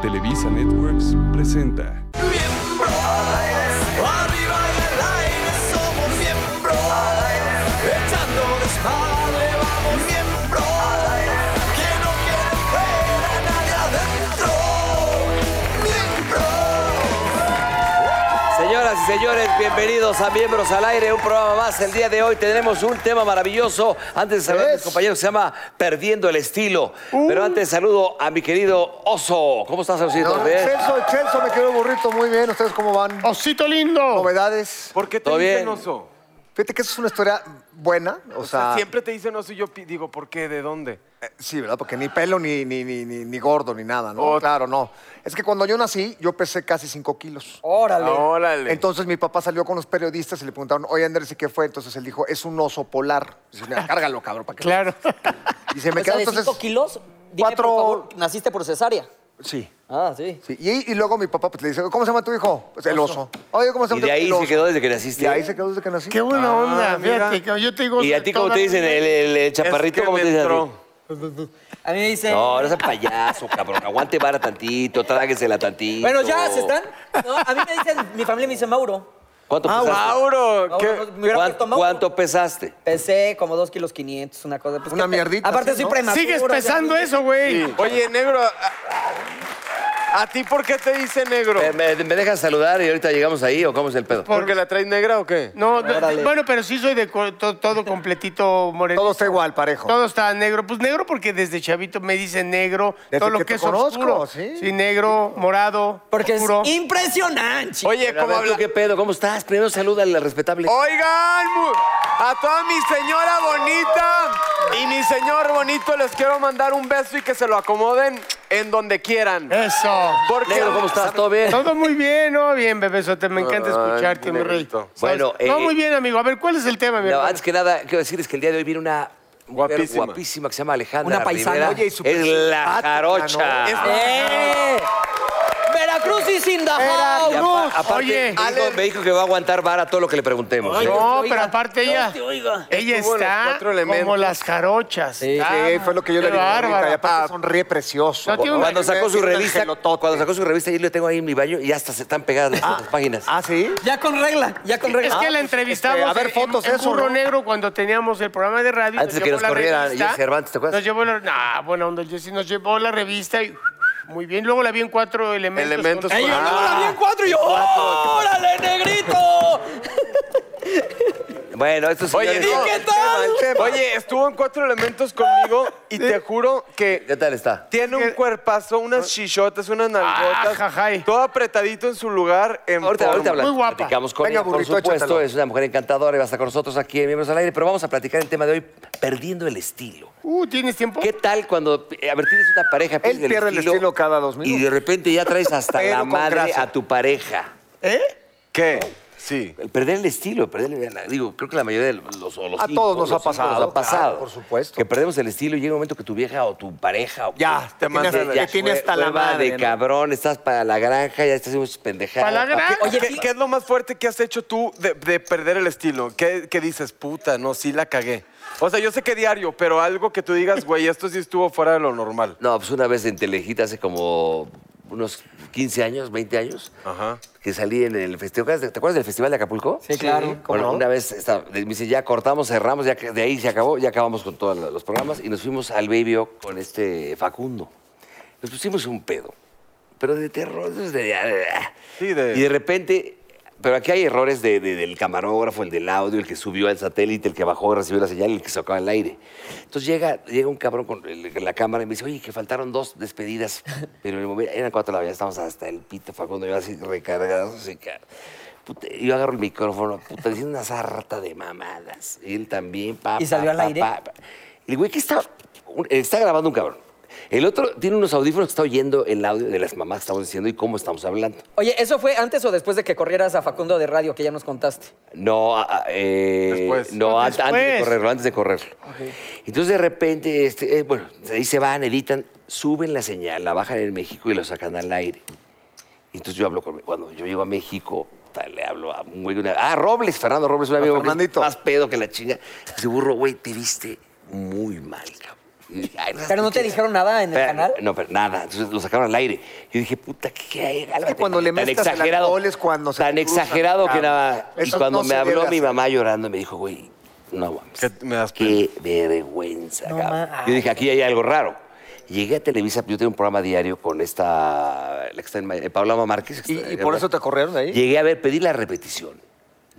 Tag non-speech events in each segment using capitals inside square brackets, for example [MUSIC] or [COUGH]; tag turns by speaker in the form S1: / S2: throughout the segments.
S1: Televisa Networks presenta.
S2: Miembro al aire, arriba y al aire, somos miembro al aire, echando desmadre, vamos miembro al aire, que no quiere ver a nadie adentro, miembro.
S3: Señoras y señores, bienvenidos a Miembros al Aire, un programa más. El día de hoy tendremos un tema maravilloso. Antes de saludar a mis compañeros, se llama Perdiendo el Estilo.
S4: Uh.
S3: Pero antes saludo a mi querido Oso. ¿Cómo estás, Osito? ¿Bien?
S5: Celso, Celso, me quedó burrito, muy bien. ¿Ustedes cómo van?
S4: Osito lindo.
S5: ¿Novedades?
S6: ¿Por qué te
S3: ¿Todo
S6: dicen
S3: bien?
S6: oso?
S5: Fíjate que esa es una historia buena, o,
S6: O sea,
S5: sea...
S6: siempre te dicen oso y yo pi- digo, ¿por qué? ¿De dónde?
S5: eh, Sí, ¿verdad? Porque ni pelo, ni, ni, ni, ni, ni gordo, ni nada, ¿no?
S6: Oh.
S5: Claro, no. Es que cuando yo nací, yo pesé casi 5 kilos.
S6: Órale. Órale.
S5: Entonces mi papá salió con los periodistas y le preguntaron, oye, Andrés, ¿y qué fue? Entonces él dijo, es un oso polar. Dice,
S4: [LAUGHS]
S5: mira, cárgalo, cabrón, para que...
S4: Claro.
S5: Y se me
S7: O sea,
S5: quedó
S7: de
S5: entonces...
S7: 5 kilos, dime
S5: cuatro-
S7: por favor, naciste por cesárea.
S5: Sí.
S7: Ah, sí.
S5: sí. Y, y luego mi papá pues, le dice, ¿cómo se llama tu hijo? Pues, el oso. Oye, ¿cómo
S3: Y
S5: se llama
S3: de
S5: tu-
S3: ahí
S5: el
S3: se
S5: oso.
S3: quedó desde que
S5: Y
S3: naciste. ¿eh?
S5: ahí se quedó desde que nací.
S4: Qué
S3: Ah,
S4: buena onda.
S6: mira.
S4: Fíjate, que yo te digo.
S3: ¿Y a ti cómo
S4: toda
S3: te dicen?
S4: la vida-
S3: ¿El, el- el chaparrito?
S6: Es que
S3: ¿Cómo
S6: me
S3: te dicen? a ti?
S6: entró.
S7: A mí me dice.
S3: No, no seas payaso, cabrón. Aguante vara tantito, tráguesela tantito.
S7: bueno, ya se están. No, a mí me dicen, mi familia me dice Mauro.
S3: ¿Cuánto pesaste?
S6: Mauro,
S7: Mauro,
S6: ¿qué?
S7: no, me hubiera
S3: ¿Cuán-
S7: puesto Mauro.
S3: ¿Cuánto pesaste?
S7: Pesé como 2 kilos 500, una cosa. Pues,
S5: Una
S7: ¿qué te-
S5: mierdita,
S7: Aparte,
S5: ¿sí,
S7: soy
S5: no?
S7: prematuro.
S4: Sigues
S7: ya
S4: pesando
S7: no-
S4: eso, güey.
S6: Sí. Oye, negro, a, a- a ti por qué te dice negro?
S3: Eh, ¿Me, me dejas saludar y ahorita llegamos ahí o cómo es el pedo?
S6: ¿Porque la traes negra o qué?
S4: No, de- bueno, pero sí soy de co- to- todo completito moreno.
S5: Todo está igual, parejo.
S4: Todo está negro. Pues negro porque desde chavito me dicen negro.
S5: Desde
S4: todo lo
S5: que
S4: que,
S5: te
S4: es
S5: conozco,
S4: oscuro.
S5: sí.
S4: negro, morado,
S7: Porque es
S4: oscuro.
S7: impresionante.
S6: Oye,
S3: A
S6: ¿cómo
S3: ver,
S6: habla? Oh,
S3: ¿tú qué pedo? ¿Cómo estás? Primero saluda al respetable.
S6: Oigan, mu- a toda mi señora bonita y mi señor bonito les quiero mandar un beso y que se lo acomoden en donde quieran.
S4: Eso.
S6: Porque
S3: Negro, ¿cómo estás? ¿Todo bien?
S4: Todo muy bien, ¿no? Bien, bebesote. Me encanta
S6: Ay,
S4: escucharte, mi rey.
S6: negrito.
S3: Bueno,
S4: No,
S3: eh,
S4: muy bien, amigo. A ver, ¿cuál es el tema, mi
S3: No,
S4: hermano?
S3: antes que nada, quiero decirles que el día de hoy viene una mujer
S6: Guapísima.
S3: guapísima que se llama Alejandra
S7: Una paisana.
S3: Rivera.
S7: Oye,
S5: y súper
S3: es la
S5: simpática,
S3: jarocha.
S5: ¿no?
S4: Ah.
S3: Y
S7: ¡Eh! Veracruz y Sindajau.
S4: Veracruz.
S3: apa- aparte,
S4: Oye,
S3: dijo-
S4: Ale-
S3: me dijo que va a aguantar vara todo lo que le preguntemos. ¿eh?
S4: No,
S7: Dios te
S4: pero
S7: oiga.
S4: aparte
S7: Dios
S4: ella,
S7: te oiga.
S4: ella
S6: Estuvo en los
S4: está
S6: cuatro elementos.
S4: como las jarochas.
S7: Sí.
S4: Está-
S5: Sí, eh, fue lo que yo
S4: qué
S5: le dije. ahorita, Y
S4: bárbara.
S5: aparte sonríe precioso.
S4: No tiene un-
S3: Cuando sacó su
S5: Tiene un
S3: revista,
S5: angelotote.
S3: cuando sacó su revista, yo lo tengo ahí en mi baño y hasta se están pegadas las las páginas.
S5: Ah, ¿sí?
S7: Ya con regla, ya con
S4: Es
S7: regla.
S4: que la
S7: Ah,
S4: entrevistamos
S5: este, a ver,
S4: en-
S5: fotos,
S4: en,
S5: eso,
S4: Burro
S5: ¿no?
S4: Negro cuando teníamos el programa de radio.
S3: Antes de que
S4: llevó
S3: nos
S4: la
S3: corriera
S4: revista.
S3: Jesse Cervantes, ¿te acuerdas?
S4: Nos llevó la... Nah, buena onda, el Jesse. Nos llevó la revista y... Muy bien, luego la vi en cuatro elementos.
S6: Elementos
S4: con-
S7: Ey, yo
S6: Ah.
S7: no la vi en cuatro y yo, ¡órale, negrito!
S3: Bueno, esto es.
S6: Oye, no.
S7: ¿Y qué tal?
S6: Oye, estuvo en cuatro elementos conmigo y te juro que
S3: ¿Qué tal está?
S6: tiene un cuerpazo, unas chichotas, unas nalgotas,
S4: Ah, jajay.
S6: todo apretadamente apretadito en su lugar. En
S3: Ahorita,
S6: forma.
S3: ahorita hablamos.
S4: Muy guapa.
S3: Platicamos con
S5: Venga,
S3: ella,
S5: burrito,
S3: por supuesto.
S5: échatelo.
S3: Es una mujer encantadora y va a estar con nosotros aquí en Miembros al Aire. Pero vamos a platicar el tema de hoy, perdiendo el estilo.
S4: Uh, ¿tienes tiempo?
S3: ¿Qué tal cuando, eh, a ver, tienes una pareja, pierdes
S5: pierde el estilo cada dos minutos.
S3: Y de repente ya traes hasta
S5: Pero
S3: la
S5: con
S3: madre
S5: grasa.
S3: a tu pareja.
S6: ¿Qué? Sí.
S3: El perder el estilo, perder el- digo, creo que la mayoría de los... o los
S5: A
S3: cinco,
S5: todos nos
S3: los
S5: ha
S3: cinco
S5: pasado,
S3: Nos ha pasado.
S5: claro, por supuesto.
S3: Que perdemos el estilo y llega un momento que tu vieja o tu pareja... O
S5: Ya, te tiene
S3: manda-
S5: hasta- te tiene
S3: hue-
S5: hasta la
S3: hueva
S5: madre,
S3: de
S5: ¿no?
S3: cabrón, estás para la granja, ya estás haciendo sus pendejadas.
S4: Para la granja.
S7: Oye,
S6: ¿Qué,
S7: sí.
S6: qué es lo más fuerte que has hecho tú de, de perder el estilo? ¿Qué, qué dices? Puta, no, sí la cagué. O sea, yo sé que diario, pero algo que tú digas, güey, esto sí estuvo fuera de lo normal.
S3: No, pues una vez en Telejita hace como unos 15 años, 20 años,
S6: Ajá.
S3: que salí en el festival. ¿Te acuerdas del Festival de Acapulco?
S7: Sí, claro.
S3: Bueno,
S5: no?
S3: una vez estaba- me dice, ya cortamos, cerramos, ya que- de ahí se acabó, ya acabamos con todos los programas y nos fuimos al Baby O con este Facundo. Nos pusimos un pedo, pero de terror. entonces, de-
S6: Sí, de-
S3: Y de repente, pero aquí hay errores de- de- del camarógrafo, el del audio, el que subió al satélite, el que bajó, recibió la señal, el que sacó al aire. Entonces llega, llega un cabrón con el- con la cámara y me dice, oye, que faltaron dos despedidas, pero en el momento, eran cuatro de la mañana, estábamos hasta el pito, Facundo, yo así recargados, así que... Puta, yo agarro el micrófono, puta, diciendo una sarta de mamadas. Él también, papá.
S7: ¿Y salió al aire?
S3: El güey que está, un- está grabando un cabrón. El otro tiene unos audífonos que está oyendo el audio de las mamás que estamos diciendo y cómo estamos hablando.
S7: Oye, ¿eso fue antes o después de que corrieras a Facundo de radio que ya nos contaste?
S3: No, a- a- eh,
S6: Después.
S3: no, an- antes de
S4: después.
S3: correrlo, antes de correrlo. Entonces de repente, este, eh, bueno, ahí se van, editan, suben la señal, la bajan en México y lo sacan al aire. Entonces yo hablo con, cuando yo llego a México, ta, le hablo a un güey, una- ah, Robles, Fernando Robles, un amigo que es
S5: Fernandito.
S3: más pedo que la chinga. Dice, burro, güey, te viste muy mal, cabrón. Y, ay,
S7: Pero no te dijeron nada en el
S3: Espera,
S7: canal.
S3: No, pero nada. Entonces lo sacaron al aire. Yo dije, puta, ¿qué hay? Cálmate,
S5: cuando le
S3: tan
S5: mezclas el
S3: exagerado,
S5: alcohol es cuando se
S3: Tan
S5: cruzan,
S3: exagerado que
S5: cabrón.
S3: nada. Y
S5: Eso
S3: cuando
S5: no
S3: me
S5: se
S3: habló
S5: debe
S3: mi
S5: hacer.
S3: mamá llorando, me dijo, güey, no mames.
S6: Que me das
S3: Qué vergüenza,
S7: No
S3: cabrón.
S7: ma-
S3: Yo dije, aquí hay algo raro. Llegué a Televisa, yo tenía un programa diario con esta, la que está en Ma- eh, Paola Márquez. que
S5: ¿Y,
S3: está-
S5: y por eso te corrieron de ahí?
S3: Llegué a ver, pedí la repetición.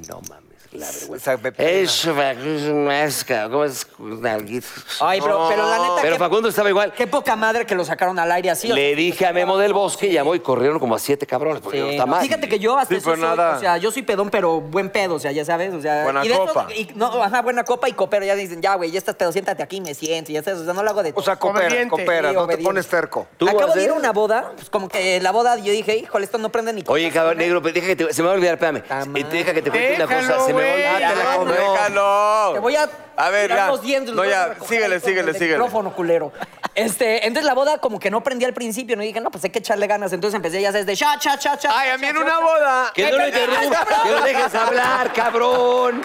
S3: No mames, la vergüenza.
S5: O sea, me pena.
S3: Eso, Facundo, ¿cómo es? Nalguitas.
S7: Ay, pero, pero la neta.
S3: Pero
S7: qué-
S3: Facundo estaba igual.
S7: Qué poca madre que lo sacaron al aire así. o sea,
S3: Le dije a Memo del Bosque, llamó y corrieron como a siete cabrones, porque no
S7: Sí,
S3: está
S7: no,
S3: mal.
S7: Fíjate que yo hasta
S6: Sí,
S7: eso
S6: pero
S7: soy,
S6: nada.
S7: o sea, yo soy pedón, pero buen pedo, o sea, ya sabes, o sea,
S6: Buena
S7: y de
S6: copa.
S7: y- no, ajá, buena copa y copero, ya dicen, ya güey, ya estás pedo, siéntate aquí, me siento, y ya sabes, o sea, no lo hago de
S5: O sea, coopera,
S4: Obediente.
S5: coopera,
S7: Sí,
S5: no te
S7: obediente.
S5: pones terco.
S3: ¿Tú
S7: Acabo
S3: vas
S7: de ir a
S3: a-
S7: una boda, pues como que la boda yo dije, híjole, esto no prende ni
S3: Oye, cabrón, negro, pero deja que te... Se me va a olvidar, espérame.
S7: Tamar.
S3: Eh, Deja que te cuente una
S4: Déjalo,
S3: cosa. Se me va a olvidar.
S4: güey. Ah, te la
S3: No,
S4: comí.
S3: no.
S6: Déjalo.
S7: Te voy a.
S6: A ver,
S7: tirar
S6: ya.
S7: los dientes, los
S6: No,
S7: vas a
S6: ya.
S7: recoger
S6: Síguele,
S7: ahí con
S6: síguele,
S7: el
S6: síguele.
S7: micrófono, culero. Este, entonces la boda como que no prendía al principio, no Y dije, no, pues hay que echarle ganas. Entonces empecé ya sabes de shot, shot, shot, shot.
S6: Ay, a
S7: shot,
S6: mí en
S7: shot,
S6: una
S7: shot.
S6: boda.
S3: Que no lo interrumpas, que no dejes hablar, cabrón.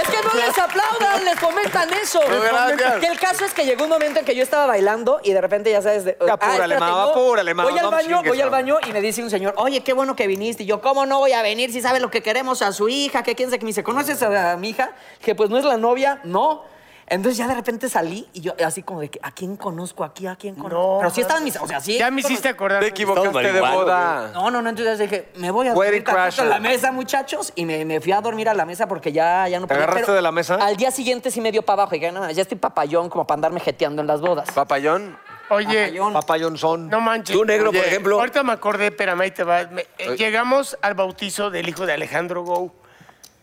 S7: Es que no les aplaudan, les comentan eso.
S4: Pues
S6: No,
S5: Pues
S7: Les comentan-
S6: gracias.
S7: Que el caso es que llegó un momento en que yo estaba bailando y de repente ya sabes de.
S5: Ya,
S7: ah,
S5: apúrale,
S7: espérate,
S5: ma,
S7: no.
S5: apúrale, ma,
S7: Voy al
S5: no me
S7: baño,
S5: chingues,
S7: voy al
S5: ma.
S7: baño y me dice un señor, oye, qué bueno que viniste. Y yo, ¿cómo no voy a venir si sabe lo que queremos a su hija? Que quién sabe que me dice, ¿conoces a, mi hija? Que pues no es la novia, no. Entonces ya de repente salí y yo así como de que, ¿a quién conozco aquí? ¿A quién conozco?
S4: No,
S7: Pero sí estaban mis. O sea, sí.
S4: Ya me hiciste acordar.
S6: Te equivocaste de
S3: marihuana,
S6: boda.
S7: No, no, no, entonces dije, me voy a
S5: Wedding
S7: dormir tantito a
S5: crasher.
S7: la mesa, muchachos, y me, me fui a dormir a la mesa porque ya, ya no
S5: ¿Te agarraste de la mesa?
S7: Al día siguiente sí me dio para abajo y dije, no, ya estoy papayón como para andarme jeteando en las bodas.
S6: Papayón.
S4: Oye,
S7: Papayón.
S5: Papá Johnson.
S4: no manches.
S3: Tú, negro, por
S4: Oye,
S3: ejemplo.
S4: Ahorita me acordé, espérame, ahí te va. Me- eh, llegamos al bautizo del hijo de Alejandro Gou.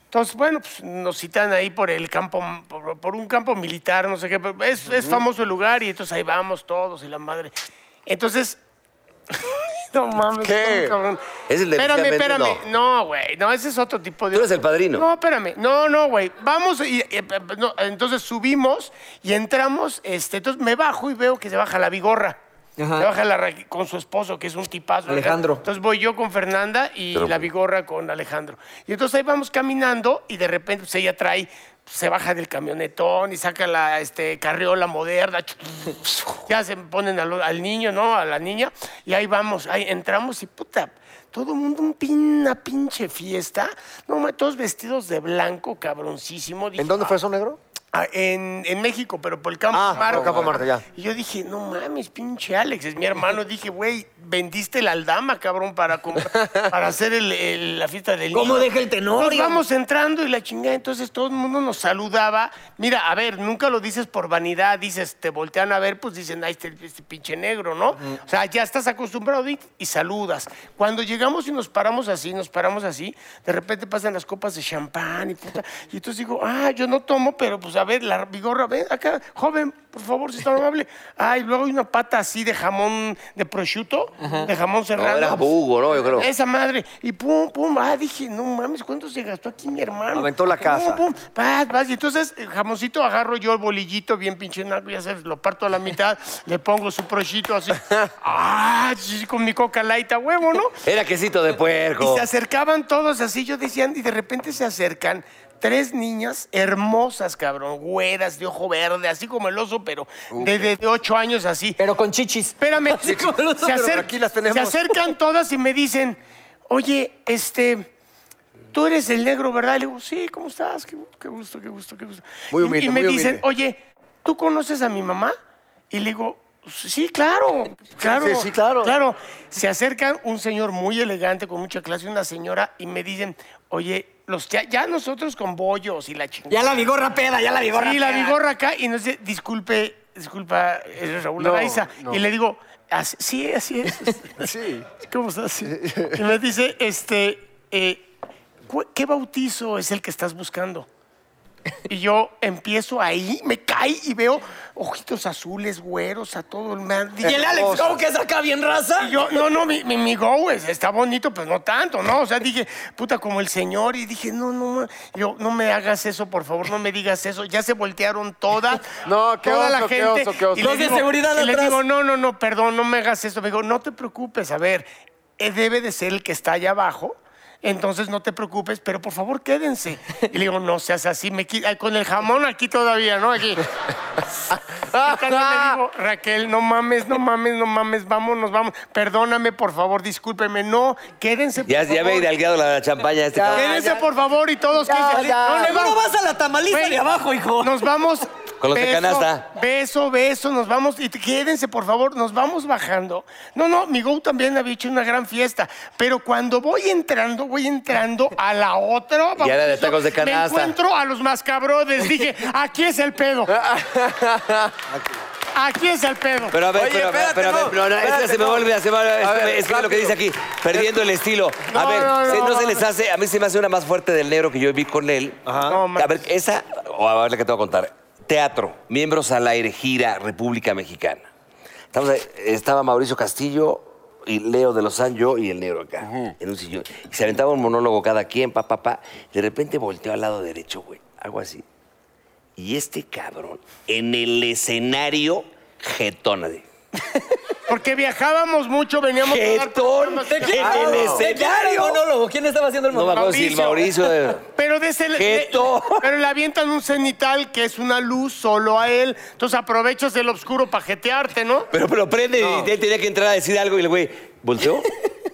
S4: Entonces, bueno, pues, nos citan ahí por el campo, por, por un campo militar, no sé qué. pero Es, es famoso el lugar y entonces ahí vamos todos y la madre. Entonces. [LAUGHS] no mames,
S6: ¿Qué?
S4: está muy cabrón.
S3: Es el de
S4: Espérame,
S3: Vicente,
S4: espérame. No, güey. No, ese es otro tipo de.
S3: Tú eres el padrino.
S4: No, espérame. No, no, güey. Vamos y, y- no, entonces subimos y entramos. Este, entonces me bajo y veo que se baja la vigorra.
S7: Ajá.
S4: Se baja la ra- con su esposo, que es un tipazo. ¿verdad?
S7: Alejandro.
S4: Entonces voy yo con Fernanda y la vigorra con Alejandro. Y entonces ahí vamos caminando y de repente pues, ella trae, se baja del camionetón y saca la este, carriola moderna. [LAUGHS] Ya se ponen al, al niño, ¿no? A la niña. Y ahí vamos, ahí entramos y puta, todo el mundo un pin- una pinche fiesta. No, ma, todos vestidos de blanco, cabroncísimo. Dije,
S5: ¿En dónde fue eso, negro?
S4: Ah, en, en México, pero por el Campo
S5: Ah,
S4: Marte.
S5: por Campo Marte, ya.
S4: Y yo dije, no mames, pinche Alex, es mi hermano. [LAUGHS] Dije, güey, vendiste la aldama, cabrón, para, comprar- [LAUGHS] para hacer el- el- la fiesta del
S7: ¿Cómo
S4: niño.
S7: deja el tenor,
S4: Entonces,
S7: digamos?
S4: vamos entrando y la chingada, entonces todo el mundo nos saludaba. Mira, a ver, nunca lo dices por vanidad, dices, te voltean a ver, pues dicen, ahí está el- este pinche negro, ¿no? O sea, ya estás acostumbrado y, y saludas. Cuando llegamos y nos paramos así, nos paramos así, de repente pasan las copas de champán y puta. Y entonces digo, ah, yo no tomo, pero pues a ver, la vigorra, ven acá, joven, por favor, si está amable. Ay, luego hay una pata así de jamón, de prosciutto, de jamón
S3: No,
S4: serrano.
S3: era Hugo, ¿no? Yo creo.
S4: Esa madre. Y pum, pum. Ah, dije, no mames, ¿cuánto se gastó aquí mi hermano?
S5: Aventó la
S4: Pum,
S5: casa.
S4: Pum, paz, paz. Y entonces, el jamoncito, agarro yo el bolillito bien pinche naco, ya sabes, lo parto a la mitad, le pongo su prochito
S5: [LAUGHS]
S4: así. Ah, sí, con mi coca laita, huevo, ¿no?
S3: Era quesito de puerco.
S4: Y se acercaban todos así, yo decían, y de repente se acercan tres niñas hermosas, cabrón, güeras, de ojo verde, así como el oso, pero de, de- de ocho años así.
S7: Pero con chichis.
S5: [LAUGHS]
S4: Espérame.
S7: Así
S4: [LAUGHS]
S7: como los
S4: se, acer-
S5: pero aquí las tenemos.
S4: se acercan todas y me dicen, oye, este, tú eres el negro, ¿verdad? Y le digo, sí, ¿cómo estás? Qué, gu- qué gusto, qué gusto, qué gusto.
S5: Muy
S4: Y-
S5: humilde,
S4: y, me
S5: muy
S4: dicen,
S5: humilde.
S4: oye, ¿tú conoces a mi mamá? Y le digo, sí, claro, claro.
S5: Sí, sí, claro.
S4: Claro. Se acercan un señor muy elegante, con mucha clase, y una señora, y me dicen, oye, los tia- ya nosotros con bollos y la chingada.
S7: Ya la vigorra peda, ya la vigorra
S4: Sí, la
S7: peda.
S4: vigorra acá y nos dice, disculpe, disculpa, es Raúl
S6: No,
S4: Araiza.
S6: no.
S4: Y le digo, "Así- sí, así es.
S5: Sí.
S4: ¿Cómo estás? Sí. Y me dice, este, eh, ¿cu- ¿qué bautizo es el que estás buscando? Y yo empiezo ahí, me caí y veo ojitos azules, güeros, a todo el man.
S7: Y el Alex, ¿cómo que es acá bien raza?
S4: Y yo, no, no, mi, mi, mi go es- está bonito, pues no tanto, ¿no? O sea, dije, puta, como el señor, y dije, no, no, no, yo, no me hagas eso, por favor, no me digas eso. Ya se voltearon todas.
S6: [LAUGHS] No, qué
S4: toda la
S6: oso, qué
S4: gente.
S6: oso, qué oso.
S4: y
S7: Los
S4: le
S7: de
S4: digo-
S7: seguridad
S4: y le
S7: atrás.
S4: digo, no, no, no, perdón, no me hagas eso. Me dijo, no te preocupes, a ver, eh, debe de ser el que está allá abajo. entonces no te preocupes, pero por favor quédense. Y le digo, no seas así, me qui- ay, con el jamón aquí todavía, ¿no? Aquí. Y también le digo, Raquel, no mames, no mames, no mames, vámonos, vamos. Perdóname, por favor, discúlpeme. No, quédense, por
S3: Ya, ya
S4: favor.
S3: me he idealgado la champaña este cabrón.
S4: Quédense,
S7: ya.
S4: por favor, y todos
S7: Ya,
S4: quédense.
S7: ya.
S4: No le
S7: Seguro
S4: vamos.
S7: vas a la tamaliza
S4: Güey,
S7: de abajo, hijo.
S4: Nos vamos.
S3: Con los de canasta.
S4: Beso, beso, nos vamos. Y te- quédense, por favor, nos vamos bajando. No, no, mi Go también había hecho una gran fiesta. Pero cuando voy entrando, voy entrando a la otra.
S3: Ya era de
S4: bautizo,
S3: tacos de
S4: Me
S3: canasta.
S4: encuentro a los mascabrones. Dije, aquí es
S3: [LAUGHS]
S4: el pedo. Aquí es el pedo.
S3: Pero a ver,
S6: Oye,
S3: pero,
S6: espérate,
S3: pero a ver,
S6: no,
S3: pero no, es que
S6: espérate,
S3: se me
S6: no.
S3: vuelve, se me vuelve,
S6: A
S3: es que
S6: ver,
S3: me- es que lo que dice
S6: rápido.
S3: aquí, perdiendo el estilo. a
S4: No,
S3: ver,
S4: no,
S3: se-
S4: no.
S3: no, se les hace, a mí se me hace una más fuerte del negro que yo vi con él.
S4: No, man.
S3: a ver, esa, o a ver la que te voy a contar. Teatro, miembros al aire, gira, República Mexicana. Estamos ahí, estaba Mauricio Castillo y Leo de los San, yo y el negro acá, en un sillón. Y se aventaba un monólogo cada quien, pa, pa, pa. De repente volteó al lado derecho, güey, algo así. Y este cabrón, en el escenario, jetona. de-
S4: Porque viajábamos mucho, veníamos
S3: Jetón,
S4: programas.
S3: en el
S7: el
S3: escenario.
S7: monólogo? ¿Quién estaba haciendo el
S3: No me
S7: monólogo?
S3: acuerdo si el
S4: Mauricio.
S3: Mauricio. eh,
S4: Pero de ese-
S3: Jeto.
S4: le- [LAUGHS] pero le avientan un cenital que es una luz solo a él. Entonces aprovechas el oscuro para jetearte, ¿no?
S3: Pero, pero prende y él tenía que entrar a decir algo y el güey
S6: [LAUGHS]
S3: volteó.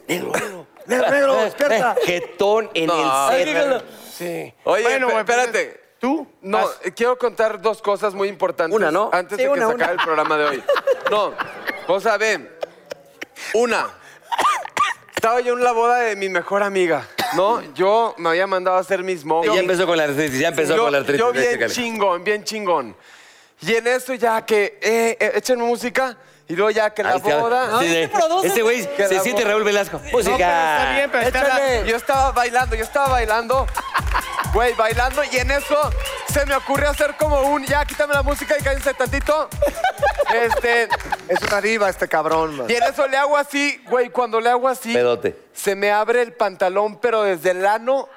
S3: negro, negro, [LAUGHS]
S5: Negro, negro, despierta.
S3: Jetón en
S6: No.
S3: el set.
S4: Sí.
S6: Oye, pe-
S4: güey, pues,
S6: espérate.
S4: ¿Tú?
S6: No,
S4: Vas.
S6: eh, quiero contar dos cosas muy importantes.
S3: Una, ¿no?
S6: Antes
S7: Sí,
S6: de que
S7: una,
S6: se
S7: una.
S6: acabe el programa de hoy. No, cosa B. Una. Estaba yo en la boda de mi mejor amiga, ¿no? Yo me había mandado a hacer mis mongos.
S3: Ya empezó con la artritis, ya empezó
S6: yo,
S3: con la artritis.
S6: yo bien
S3: Chécale.
S6: chingón, bien chingón. Y en eso ya que, eh, eh, echen música, y luego ya que la
S3: Ahí está.
S6: boda...
S3: Sí,
S7: ¿qué
S3: de-
S7: produces?
S3: este güey
S6: Que
S3: se
S6: la
S3: siente
S6: boda.
S3: Raúl Velasco. Pues, Música.
S4: No, pero está bien, pero está
S6: Échale. Yo estaba bailando, yo estaba bailando. Güey, bailando y en eso se me ocurre hacer como un, ya quítame la música y cállense tantito. Este,
S5: Es una diva este cabrón, man.
S6: y en eso le hago así, güey, cuando le hago así,
S3: Pedote.
S6: se me abre el pantalón, pero desde el ano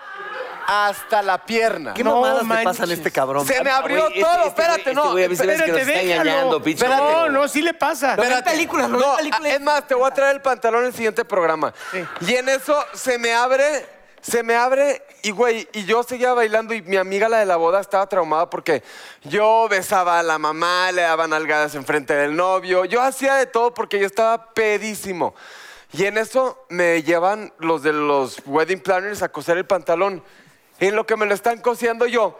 S6: hasta la pierna.
S7: ¿Qué
S4: No
S7: mamadas
S4: manches.
S7: le pasan a este cabrón?
S6: Se me abrió
S3: Ah, güey, este-
S6: todo,
S3: este
S6: espérate,
S3: güey-
S6: no.
S3: Este güey a mí se me hace que
S4: Espérate,
S3: nos está
S4: déjalo.
S3: engañando, pinche.
S6: Espérate.
S4: No, no, sí le pasa.
S7: Pero-
S6: Espérate.
S7: en películas, lo vi en
S6: No,
S7: películas.
S6: a- Es más, te voy a traer el pantalón en el siguiente programa. Y en eso se me abre, se me abre, y güey, y yo seguía bailando y mi amiga, la de la boda, estaba traumada porque yo besaba a la mamá, le daban algadas enfrente del novio, yo hacía de todo porque yo estaba pedísimo. Y en eso me llevan los de los wedding planners a coser el pantalón. En lo que me lo están cosiendo yo,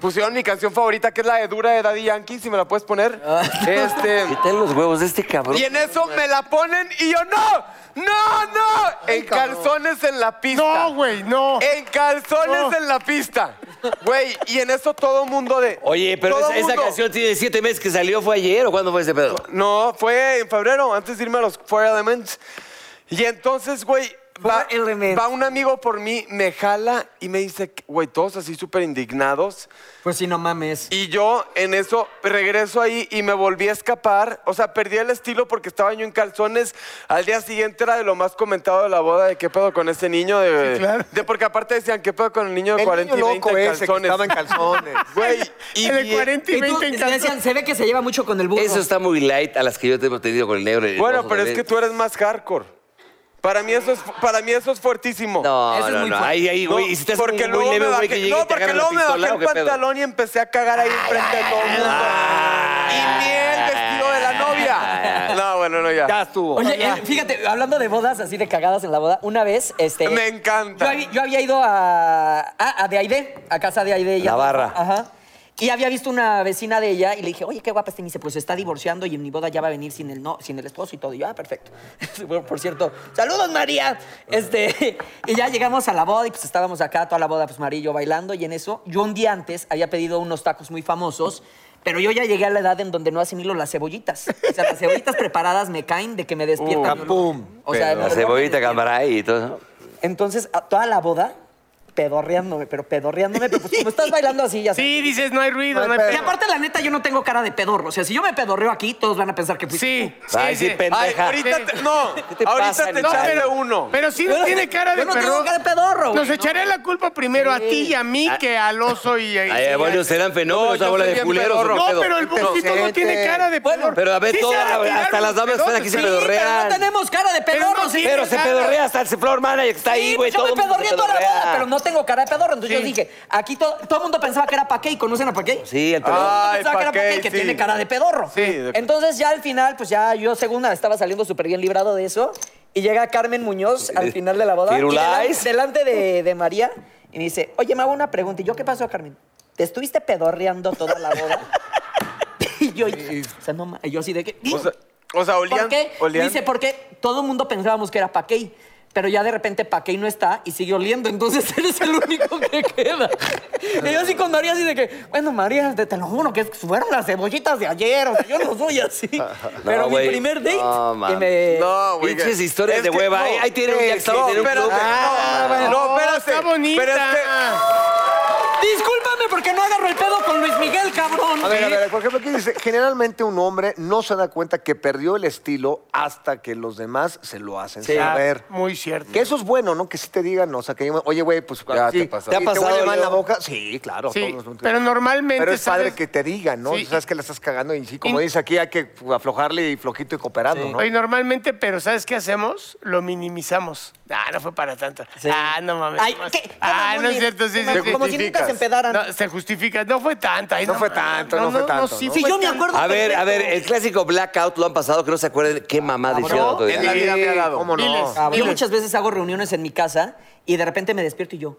S6: pusieron mi canción favorita, que es la de Dura de Daddy Yankee, si me la puedes poner.
S3: [LAUGHS]
S6: Este...
S3: ¿Qué tal los huevos de este cabrón?
S6: Y en eso me la ponen y yo, ¡no! ¡No, no! En calzones en la pista.
S4: No, güey, no.
S6: En calzones
S4: No.
S6: en la pista. Güey, y en eso todo mundo de...
S3: Oye, pero
S6: todo
S3: esa, esa
S6: mundo-
S3: canción tiene siete meses que salió, ¿fue ayer o cuándo fue ese pedo?
S6: No, fue en febrero, antes de irme a los Four Elements. Y entonces, güey, va,
S7: Four Elements.
S6: va un amigo por mí, me jala y me dice, güey, todos así súper indignados.
S7: Pues sí, no mames.
S6: Y yo en eso regreso ahí y me volví a escapar. O sea, perdí el estilo porque estaba yo en calzones. Al día siguiente era de lo más comentado de la boda, de qué pedo con este niño. De, de- porque aparte decían, qué pedo con el niño de
S5: El
S6: 40
S5: niño
S6: y 20
S5: loco
S6: en
S5: ese que
S6: calzones.
S5: estaba en calzones.
S6: [LAUGHS] Güey, y
S4: En el
S6: bien-
S4: 40 y
S7: Y tú,
S4: 20 en casa.
S7: decían, se ve que se lleva mucho con el burro.
S3: Eso está muy light a las que yo te he tenido con el negro. el
S6: Bueno,
S3: hermoso
S6: pero es
S3: también.
S6: que tú eres más hardcore. Para mí eso es, para mí eso es fuertísimo.
S3: No,
S7: Eso es
S3: no,
S7: muy
S3: no.
S7: fuerte.
S3: Ahí, ahí, güey.
S6: No,
S3: y si estás
S6: porque
S3: muy
S6: luego
S3: leve,
S6: me
S3: güey,
S6: bajé,
S3: que llegue y
S6: no,
S3: te
S6: porque
S3: agarre la
S6: luego me
S3: pistola,
S6: bajé
S3: ¿o
S6: el
S3: qué pedo?
S6: pantalón y empecé a cagar ahí enfrente de todo el mundo. y ni el vestido de la novia. No, bueno, no, ya.
S3: estuvo.
S7: Oye, eh, fíjate, hablando de bodas así de cagadas en la boda, una vez, este.
S6: Me
S7: Yo,
S6: encanta.
S7: habí- yo había ido a. ah, a de Aide, a casa de Aide. ella.
S3: Navarra.
S7: Ajá. Y había visto una vecina de ella y le dije, oye, qué guapa está. Y me dice, pues se está divorciando y en mi boda ya va a venir sin el, no, sin el esposo y todo. Y yo, ah, perfecto. [LAUGHS] por, por cierto, saludos, María. Este, [LAUGHS] y ya llegamos a la boda y pues estábamos acá, toda la boda, pues María y yo bailando. Y en eso, yo un día antes había pedido unos tacos muy famosos. Pero yo ya llegué a la edad en donde no asimilo las cebollitas. O sea, las cebollitas preparadas me caen de que me despiertan.
S5: capum.
S7: O sea,
S3: La
S7: perdón, me
S3: cebollita,
S7: despiertan.
S3: cámara y todo.
S7: Entonces, a toda la boda, pedorreándome, pero pedorreándome, pero pues como estás bailando así, ya sabes.
S4: Sí, dices, no hay ruido,
S5: No
S4: no
S5: hay
S4: hay
S5: pedo.
S7: Y
S4: pedo.
S7: aparte, la neta, yo no tengo cara de pedorro. O sea, si yo me pedorreo aquí, todos van a pensar que fui.
S4: Sí, sí.
S3: Ay, sí,
S6: Ay,
S3: pendeja.
S6: ahorita te, no,
S3: te
S6: ahorita
S3: pasa,
S6: te
S3: Nico?
S4: No,
S6: echaste
S4: pero
S6: uno.
S4: Pero sí no tiene cara de
S7: Yo no tengo
S4: perro.
S7: cara de pedorro, güey.
S4: Nos echaré la culpa primero a ti y a mí que al oso y a.
S3: Ay, bueno, serán fenómenos,
S6: No, yo
S3: abuela
S6: soy
S3: de
S6: bien
S3: culeros.
S6: pedorro.
S3: ¿o qué
S4: No,
S3: pedo?
S4: pero el bolsito no
S5: Inocente.
S4: tiene cara de
S7: Bueno,
S4: pedorro.
S3: pero a ver,
S4: Sí se
S3: toda-
S4: ha de tirar
S3: hasta las damas que están
S4: pedotes,
S3: aquí se
S4: sí,
S3: pedorrean.
S7: Pero no tenemos cara de
S4: Pero
S7: pedorro,
S4: no
S7: sí.
S4: tiene
S3: Pero se pedorrea hasta el floor manager que está ahí, güey.
S7: yo
S3: todo
S7: me
S3: el mundo se
S7: pedorreé toda la
S3: pedorrea.
S7: boda, pero no tengo cara de pedorro. Entonces yo
S4: Sí.
S7: dije, aquí to- todo el mundo pensaba que era Paquey. ¿Conocen a Paquey?
S3: Sí, el
S7: Todo el
S3: pedorro.
S7: mundo
S6: Ay,
S7: pensaba que era
S6: Paquey,
S7: Paquey, que
S6: sí.
S7: tiene cara de pedorro.
S6: Sí, de-
S7: Entonces ya al final, pues ya yo según estaba saliendo súper bien librado de eso. Y llega Carmen Muñoz al final de la boda. y
S3: Firulais.
S7: delan- delante de, de María. Y me dice, oye, me hago una pregunta. ¿Y yo qué pasó, Carmen? ¿Te estuviste pedorreando toda la boda? [LAUGHS] y yo, o sea, no, ma- yo así de que...
S6: O sea, o sea, olían.
S7: ¿Por qué?
S6: olían-
S7: Dice, porque todo el mundo pensábamos que era Paquey, pero ya de repente Paquey no está y sigue oliendo, entonces [LAUGHS] eres el único que queda. Y yo así con María, así de que, bueno, María, te, te lo juro, que fueron las cebollitas de ayer, o sea, yo no soy así. pero mi
S3: güey.
S7: primer date,
S3: No,
S7: que
S3: man.
S7: me...
S6: No, güey.
S3: Pinches
S6: que-
S3: historias
S6: es
S3: de
S6: que-
S3: hueva.
S6: no,
S3: Ahí- ahí tiene un
S6: eh,
S3: ya que estaba
S6: No,
S3: en un club.
S6: espérate.
S3: Ah,
S6: no, no, espérate.
S4: Está bonita.
S6: Pero es que-
S7: Discúlpame porque no agarro el pedo con Luis Miguel,
S5: [LAUGHS]
S7: cabrón.
S5: A ver, a ver, por ejemplo, aquí dice, generalmente un hombre no se da cuenta que perdió el estilo hasta que los demás se lo hacen saber.
S4: Muy cierto.
S5: Que eso es bueno, ¿no? Que sí te digan, o sea, que yo- oye, güey, pues
S6: Ya
S5: sí,
S6: te pasó.
S5: ¿te,
S6: ¿Te
S3: ha pasado,
S5: huele mal
S3: Leo?
S5: la boca? Sí, claro.
S4: Sí,
S5: todos los-
S4: pero normalmente,
S5: Pero es padre
S4: ¿sabes?
S5: que te digan, ¿no?
S4: Sí.
S5: Sabes que la estás cagando y sí, como
S4: Y-
S5: dice aquí, hay que aflojarle y flojito y cooperando, ¿no?
S4: Oye, normalmente, pero ¿sabes qué hacemos? Lo minimizamos. Ah, no fue para tanto. Ah, no mames.
S7: Ay,
S4: no
S7: ¿qué?
S4: mames. Ah,
S7: Qué
S4: no
S7: mamón,
S4: es cierto, sí,
S7: qué
S4: sí,
S7: mamón,
S4: sí.
S7: Como si nunca se empedaran.
S4: No, se justifica. No fue tanto. ay,
S5: No fue
S4: mames.
S5: tanto, no fue tanto,
S4: sí
S5: ¿no?
S7: si
S4: fue
S7: yo me
S4: tanto.
S7: acuerdo...
S3: A ver, a ver,
S7: perfecto.
S3: el clásico blackout lo han pasado, que no se acuerden qué mamá decía el otro día.
S6: En la vida me ha dado.
S5: ¿Cómo no?
S4: Miles.
S7: Cabrón. Yo
S4: Miles.
S7: Ah, muchas veces hago reuniones en mi casa y de repente me despierto y yo,